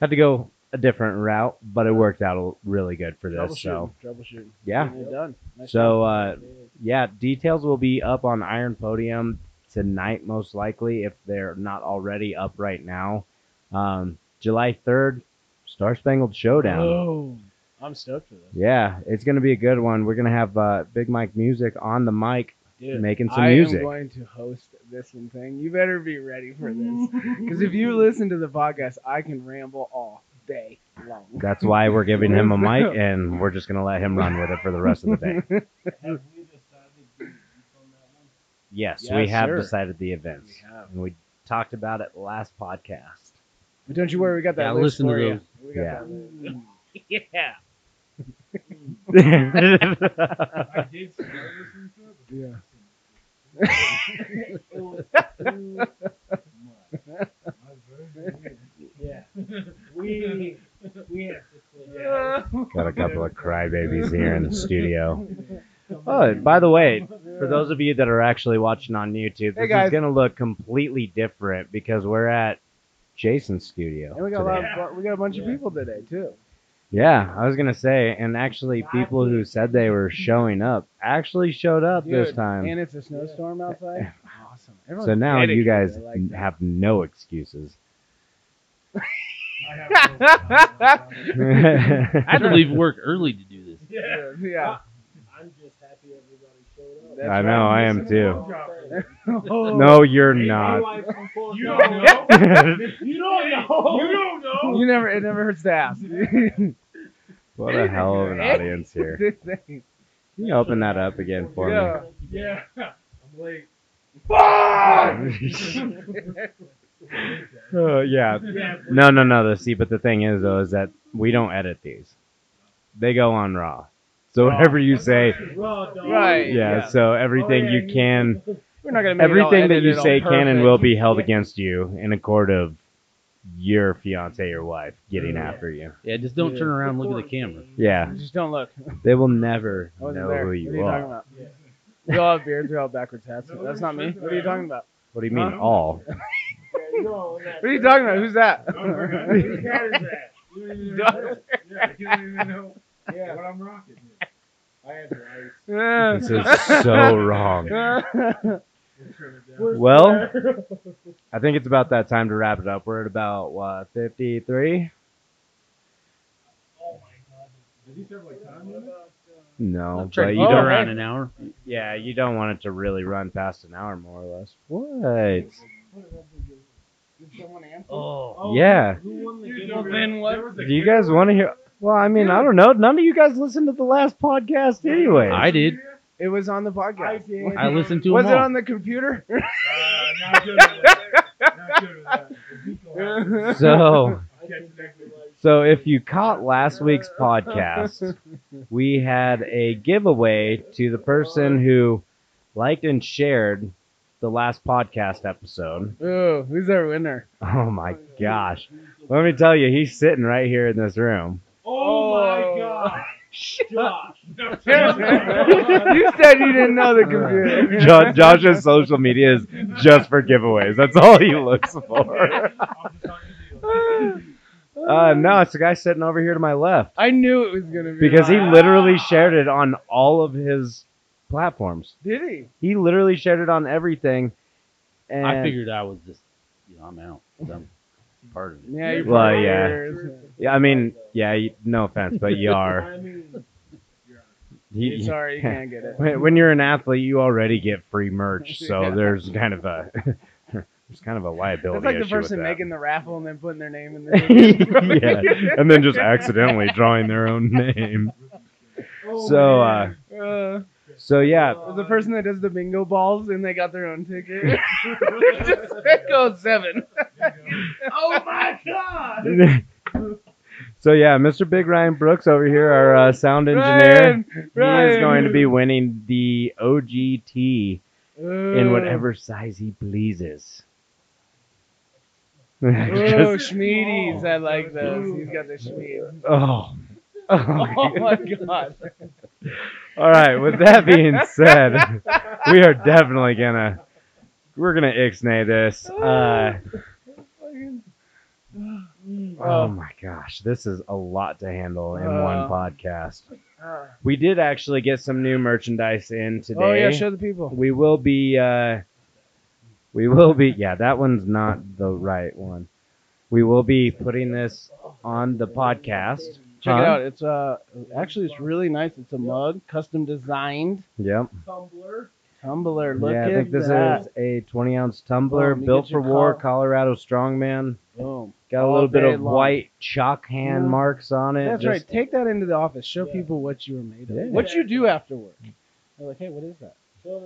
[SPEAKER 1] had to go a different route. But it worked out a- really good for this. So
[SPEAKER 2] Troubleshooting. Troubleshooting.
[SPEAKER 1] yeah,
[SPEAKER 2] Getting it done. Nice
[SPEAKER 1] so
[SPEAKER 2] job.
[SPEAKER 1] uh, yeah, details will be up on Iron Podium tonight, most likely, if they're not already up right now. Um, July 3rd, Star Spangled Showdown.
[SPEAKER 2] Oh, I'm stoked for this.
[SPEAKER 1] Yeah, it's going to be a good one. We're going to have uh, Big Mike Music on the mic
[SPEAKER 2] Dude,
[SPEAKER 1] making some
[SPEAKER 2] I
[SPEAKER 1] music.
[SPEAKER 2] am going to host this one thing. You better be ready for this. Because if you listen to the podcast, I can ramble all day long.
[SPEAKER 1] That's why we're giving him a mic, and we're just going to let him run with it for the rest of the day. Yes, we
[SPEAKER 2] Yes,
[SPEAKER 1] have
[SPEAKER 2] sir.
[SPEAKER 1] decided the events.
[SPEAKER 2] We have.
[SPEAKER 1] And we talked about it last podcast.
[SPEAKER 2] But don't you worry, we got that
[SPEAKER 3] Yeah,
[SPEAKER 2] list
[SPEAKER 3] listen to
[SPEAKER 2] for you. We
[SPEAKER 3] those.
[SPEAKER 2] got
[SPEAKER 1] Yeah.
[SPEAKER 2] that list. Yeah.
[SPEAKER 5] We we have to
[SPEAKER 1] Got a couple of crybabies here in the studio. Oh, and by the way, for those of you that are actually watching on YouTube,
[SPEAKER 2] Hey,
[SPEAKER 1] this
[SPEAKER 2] guys.
[SPEAKER 1] is going to look completely different because we're at Jason's studio.
[SPEAKER 2] And we got a lot
[SPEAKER 1] today.
[SPEAKER 2] of, we got a bunch of people today too.
[SPEAKER 1] Yeah, I was going to say, and actually, people who said they were showing up actually showed up this
[SPEAKER 2] Dude,
[SPEAKER 1] time.
[SPEAKER 2] And it's a snowstorm outside. Awesome. Everyone's
[SPEAKER 1] So now you
[SPEAKER 2] dedicated.
[SPEAKER 1] guys
[SPEAKER 2] I like that.
[SPEAKER 1] have no excuses.
[SPEAKER 3] I had to leave work early to do this.
[SPEAKER 2] yeah.
[SPEAKER 5] I'm just happy everybody showed
[SPEAKER 2] That's
[SPEAKER 1] I know, I am too.
[SPEAKER 2] right.
[SPEAKER 1] No, you're not.
[SPEAKER 5] You don't know. You don't know. You don't know.
[SPEAKER 2] You never. It never hurts to ask.
[SPEAKER 1] what a hell of an audience here.
[SPEAKER 2] yeah.
[SPEAKER 1] Can you open that up again for me?
[SPEAKER 5] Yeah. I'm late.
[SPEAKER 1] Uh, yeah. No, no, no. The, see, but the thing is, though, is that we don't edit these. They go on raw. So whatever you say,
[SPEAKER 2] Right.
[SPEAKER 1] yeah,
[SPEAKER 2] Oh, yeah.
[SPEAKER 1] So everything you can,
[SPEAKER 2] We're not gonna make
[SPEAKER 1] everything that you say can and will
[SPEAKER 2] be.
[SPEAKER 1] be held against you in a court of your fiance or wife getting after you.
[SPEAKER 3] Yeah, just don't turn around and look at the camera.
[SPEAKER 1] Yeah,
[SPEAKER 2] Just don't look.
[SPEAKER 1] they will never
[SPEAKER 2] I wasn't
[SPEAKER 1] know
[SPEAKER 2] there.
[SPEAKER 1] who
[SPEAKER 2] what are
[SPEAKER 1] you
[SPEAKER 2] you talking
[SPEAKER 1] are.
[SPEAKER 2] about? We all have beards. We all have backwards hats. That's not me. What are you talking about?
[SPEAKER 1] What do you mean all?
[SPEAKER 2] What are you talking about? Who's that? Yeah.
[SPEAKER 1] This is so wrong. Well, I think it's about that time to wrap it up. We're at about what, 53? No,
[SPEAKER 3] Try
[SPEAKER 1] but
[SPEAKER 3] to
[SPEAKER 1] you
[SPEAKER 3] keep it
[SPEAKER 1] don't.
[SPEAKER 2] Oh,
[SPEAKER 3] around an hour.
[SPEAKER 1] Yeah, you don't want it to really run past an hour, more or less. What?
[SPEAKER 3] Oh,
[SPEAKER 1] yeah.
[SPEAKER 2] then what?
[SPEAKER 1] Do you guys want to hear? Well, I mean, I don't know. None of you guys listened to the last podcast, anyway.
[SPEAKER 3] I
[SPEAKER 4] Uh,
[SPEAKER 3] did.
[SPEAKER 2] It was on the podcast.
[SPEAKER 5] I did.
[SPEAKER 3] I listened to
[SPEAKER 2] Was
[SPEAKER 3] them
[SPEAKER 2] it
[SPEAKER 3] all.
[SPEAKER 2] on the computer?
[SPEAKER 1] So, so if you caught last week's podcast, we had a giveaway to the person who liked and shared the last podcast episode.
[SPEAKER 2] Ooh, who's our winner?
[SPEAKER 1] Oh my gosh! Let me tell you, he's sitting right here in this room.
[SPEAKER 5] Oh
[SPEAKER 2] Oh.
[SPEAKER 5] my god. Josh.
[SPEAKER 2] you said you didn't know the computer.
[SPEAKER 1] Jo- Josh's social media is just for giveaways. That's all he looks for. Uh, no, it's the guy sitting over here to my left
[SPEAKER 2] I knew it was gonna be
[SPEAKER 1] because he
[SPEAKER 2] mine.
[SPEAKER 1] literally shared it on all of his platforms.
[SPEAKER 2] did he.
[SPEAKER 1] He literally shared it on everything. And
[SPEAKER 3] I figured I was just, you know, I'm out. 'cause I'm part of it.
[SPEAKER 2] Yeah, you
[SPEAKER 1] Well,
[SPEAKER 2] probably
[SPEAKER 1] yeah.
[SPEAKER 2] are.
[SPEAKER 1] Yeah, I mean, yeah. You, no offense, but you are. He-
[SPEAKER 2] Sorry, you can't get it.
[SPEAKER 1] when when you're an athlete, you already get free merch, so
[SPEAKER 2] Yeah.
[SPEAKER 1] there's kind of a There's kind of a liability
[SPEAKER 2] That's like the
[SPEAKER 1] issue with
[SPEAKER 2] person
[SPEAKER 1] that.
[SPEAKER 2] making the raffle and then putting their name in the
[SPEAKER 1] yeah, and then just accidentally drawing their own name.
[SPEAKER 2] Oh,
[SPEAKER 1] so, uh,
[SPEAKER 2] man. Uh,
[SPEAKER 1] so yeah,
[SPEAKER 2] the person that does the bingo balls and they got their own ticket. Just that goes seven. oh my god!
[SPEAKER 1] so yeah, Mr. Big Ryan Brooks over here, our uh, sound engineer,
[SPEAKER 2] Ryan,
[SPEAKER 1] he is going to be winning the OGT
[SPEAKER 2] Uh.
[SPEAKER 1] in whatever size he pleases.
[SPEAKER 2] Oh,
[SPEAKER 1] Just-
[SPEAKER 2] Schmeedies. I like those. He's got the Schmeed.
[SPEAKER 1] oh.
[SPEAKER 2] Oh my god.
[SPEAKER 1] All right. With that being said, we are definitely gonna we're gonna ixnay this. Uh, oh my gosh, this is a lot to handle in
[SPEAKER 2] Uh.
[SPEAKER 1] one podcast. We did actually get some new merchandise in today.
[SPEAKER 2] Oh yeah, show the people.
[SPEAKER 1] We will be. Uh, we will be. Yeah, that one's not the right one. We will be putting this on the podcast.
[SPEAKER 2] Check
[SPEAKER 1] Huh?
[SPEAKER 2] it out. It's uh actually it's really nice. It's a mug, custom designed
[SPEAKER 1] Yep.
[SPEAKER 2] tumbler. Look
[SPEAKER 1] yeah,
[SPEAKER 2] at
[SPEAKER 1] I think this is
[SPEAKER 2] that.
[SPEAKER 1] a 20 ounce
[SPEAKER 2] Oh,
[SPEAKER 1] tumbler
[SPEAKER 2] let me
[SPEAKER 1] built
[SPEAKER 2] get
[SPEAKER 1] for
[SPEAKER 2] your
[SPEAKER 1] war,
[SPEAKER 2] col-
[SPEAKER 1] Colorado strongman.
[SPEAKER 2] Boom.
[SPEAKER 1] Got a
[SPEAKER 2] All
[SPEAKER 1] little bit
[SPEAKER 2] day
[SPEAKER 1] of
[SPEAKER 2] long.
[SPEAKER 1] white chalk hand
[SPEAKER 2] Yeah.
[SPEAKER 1] marks on it.
[SPEAKER 2] That's
[SPEAKER 1] Just-
[SPEAKER 2] right. Take that into the office. Show people what you were made of.
[SPEAKER 1] Yeah.
[SPEAKER 2] What you do after work. They're like, hey, what is that?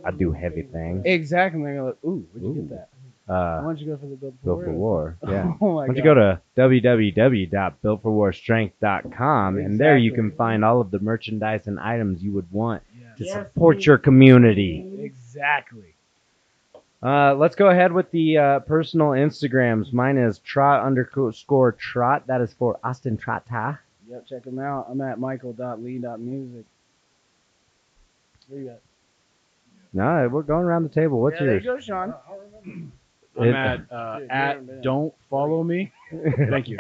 [SPEAKER 1] I do heavy things.
[SPEAKER 2] Exactly. They're like, ooh, where'd you
[SPEAKER 1] Ooh.
[SPEAKER 2] get that? Why
[SPEAKER 1] Uh,
[SPEAKER 2] don't you go for the build for
[SPEAKER 1] built for war. Yeah.
[SPEAKER 2] Oh my
[SPEAKER 1] Why don't you
[SPEAKER 2] God.
[SPEAKER 1] go to www.builtforwarstrength.com and there you can find all of the merchandise and items you would want to support your community.
[SPEAKER 2] Exactly.
[SPEAKER 1] Uh, let's go ahead with the uh, personal Instagrams. Mine is trot underscore trot. That is for Austin Trotta.
[SPEAKER 2] Yep, check them out. I'm at michael.lee.music. There you go.
[SPEAKER 1] No, we're going around the table. What's
[SPEAKER 2] yeah,
[SPEAKER 1] yours?
[SPEAKER 2] There you go, Sean.
[SPEAKER 6] I'm
[SPEAKER 1] It-
[SPEAKER 6] at uh,
[SPEAKER 2] Dude, you're a
[SPEAKER 6] at
[SPEAKER 2] man.
[SPEAKER 6] don't follow me. Thank you.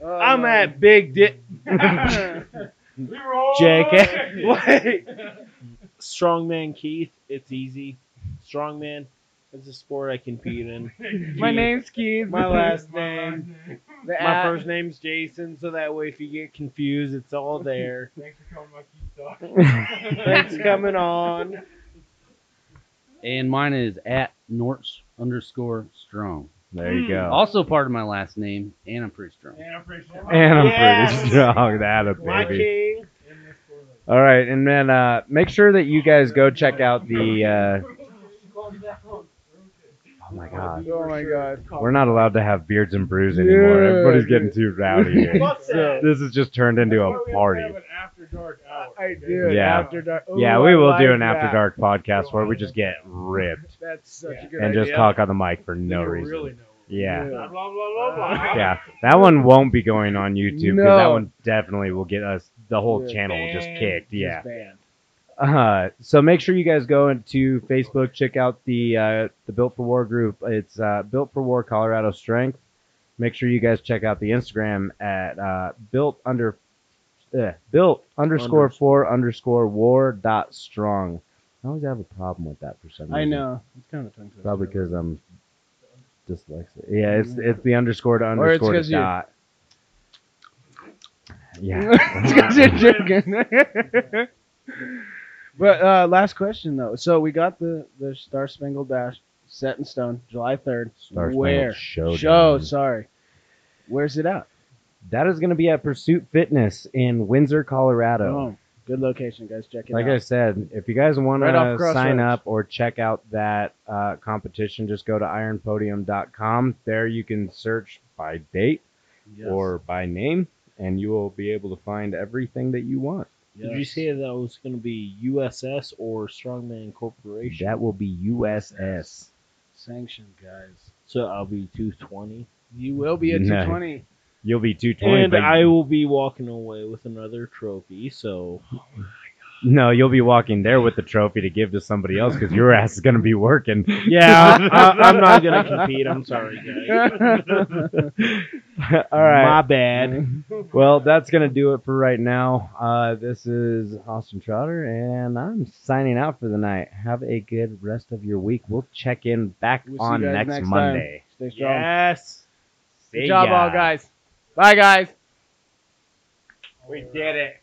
[SPEAKER 2] Oh,
[SPEAKER 5] I'm at Big Dick
[SPEAKER 2] at.
[SPEAKER 5] JK. Wait. Strongman Keith. It's easy. Strongman. It's a sport I compete in.
[SPEAKER 2] My
[SPEAKER 5] Keith,
[SPEAKER 2] name's Keith.
[SPEAKER 5] My last name.
[SPEAKER 2] The
[SPEAKER 5] My
[SPEAKER 2] at-
[SPEAKER 5] first name's Jason, so that way if you get confused, it's all there. Thanks for coming on.
[SPEAKER 3] And mine is at Norts underscore strong.
[SPEAKER 1] There
[SPEAKER 2] Hmm.
[SPEAKER 1] you go.
[SPEAKER 3] Also part of my last name, and I'm pretty strong.
[SPEAKER 2] Oh,
[SPEAKER 1] And I'm
[SPEAKER 5] Yes.
[SPEAKER 1] pretty strong. That a
[SPEAKER 5] My
[SPEAKER 1] baby.
[SPEAKER 5] king.
[SPEAKER 1] All right, and then uh, make sure that you guys go check out the. Uh, oh my god,
[SPEAKER 2] Oh my god.
[SPEAKER 1] we're not allowed to have beards and brews anymore.
[SPEAKER 2] Yeah,
[SPEAKER 1] Everybody's
[SPEAKER 2] dude.
[SPEAKER 1] getting too rowdy. Here. this has just turned into a party.
[SPEAKER 2] I do.
[SPEAKER 1] Yeah.
[SPEAKER 2] Yeah. After dark. Ooh,
[SPEAKER 1] Yeah, we
[SPEAKER 2] I
[SPEAKER 1] will
[SPEAKER 2] like
[SPEAKER 1] do an after
[SPEAKER 2] that.
[SPEAKER 1] dark podcast where we just get ripped
[SPEAKER 2] That's such a good
[SPEAKER 1] and
[SPEAKER 2] idea.
[SPEAKER 1] just talk on the mic for no reason.
[SPEAKER 5] Really know.
[SPEAKER 1] Yeah,
[SPEAKER 2] Yeah.
[SPEAKER 1] yeah, that one won't be going on YouTube because that
[SPEAKER 2] No.
[SPEAKER 1] one definitely will get us the whole
[SPEAKER 2] Yeah.
[SPEAKER 1] channel just kicked. Yeah.
[SPEAKER 2] Just banned.
[SPEAKER 1] Uh, so make sure you guys go into Facebook, check out the uh, the Built for War group. It's uh, Built for War Colorado Strength. Make sure you guys check out the Instagram at uh, built under uh, built underscore for underscore war dot strong. I always have a problem with that for some reason.
[SPEAKER 2] I know. It's kind of a tongue twister.
[SPEAKER 1] Probably because I'm dyslexic. Yeah, it's it's the underscore to
[SPEAKER 2] it's
[SPEAKER 1] underscore to
[SPEAKER 2] 'cause you-
[SPEAKER 1] dot. Yeah.
[SPEAKER 2] Because you're drinking. but uh, last question though. So we got the the Star Spangled Bash set in stone, July third.
[SPEAKER 1] Star
[SPEAKER 2] Where show?
[SPEAKER 1] Spangled Showdown.
[SPEAKER 2] Sorry. Where's it at?
[SPEAKER 1] That is going to be at Pursuit Fitness in Windsor, Colorado.
[SPEAKER 2] Oh, good location, guys. Check it
[SPEAKER 1] like I
[SPEAKER 2] out.
[SPEAKER 1] said, if you guys want
[SPEAKER 2] Right
[SPEAKER 1] to
[SPEAKER 2] off Crossroads.
[SPEAKER 1] sign up or check out that uh, competition, just go to ironpodium.com. There you can search by date or by name, and you will be able to find everything that you want.
[SPEAKER 5] Did you say that was going to be USS or Strongman Corporation?
[SPEAKER 1] That will be USS.
[SPEAKER 2] sanctioned, guys.
[SPEAKER 5] So I'll be 220.
[SPEAKER 2] You will be at
[SPEAKER 1] No.
[SPEAKER 2] 220.
[SPEAKER 1] You'll be 220.
[SPEAKER 5] And
[SPEAKER 1] but-
[SPEAKER 5] I will be walking away with another trophy. So
[SPEAKER 1] no, you'll be walking there with the trophy to give to somebody else because your ass is going to be working.
[SPEAKER 5] yeah, I, am not gonna compete. I'm sorry, guys.
[SPEAKER 1] All right.
[SPEAKER 5] My bad.
[SPEAKER 1] Well, that's going to do it for right now. Uh, this is Austin Trotter, and I'm signing out for the night. Have a good rest of your week. We'll check in back
[SPEAKER 2] We'll see
[SPEAKER 1] on
[SPEAKER 2] you guys
[SPEAKER 1] next,
[SPEAKER 2] next time.
[SPEAKER 1] Monday.
[SPEAKER 2] Stay strong.
[SPEAKER 5] Yes,
[SPEAKER 1] See
[SPEAKER 2] Good job,
[SPEAKER 1] ya.
[SPEAKER 2] all guys. Bye, guys.
[SPEAKER 5] we did it.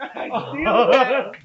[SPEAKER 2] I knew it.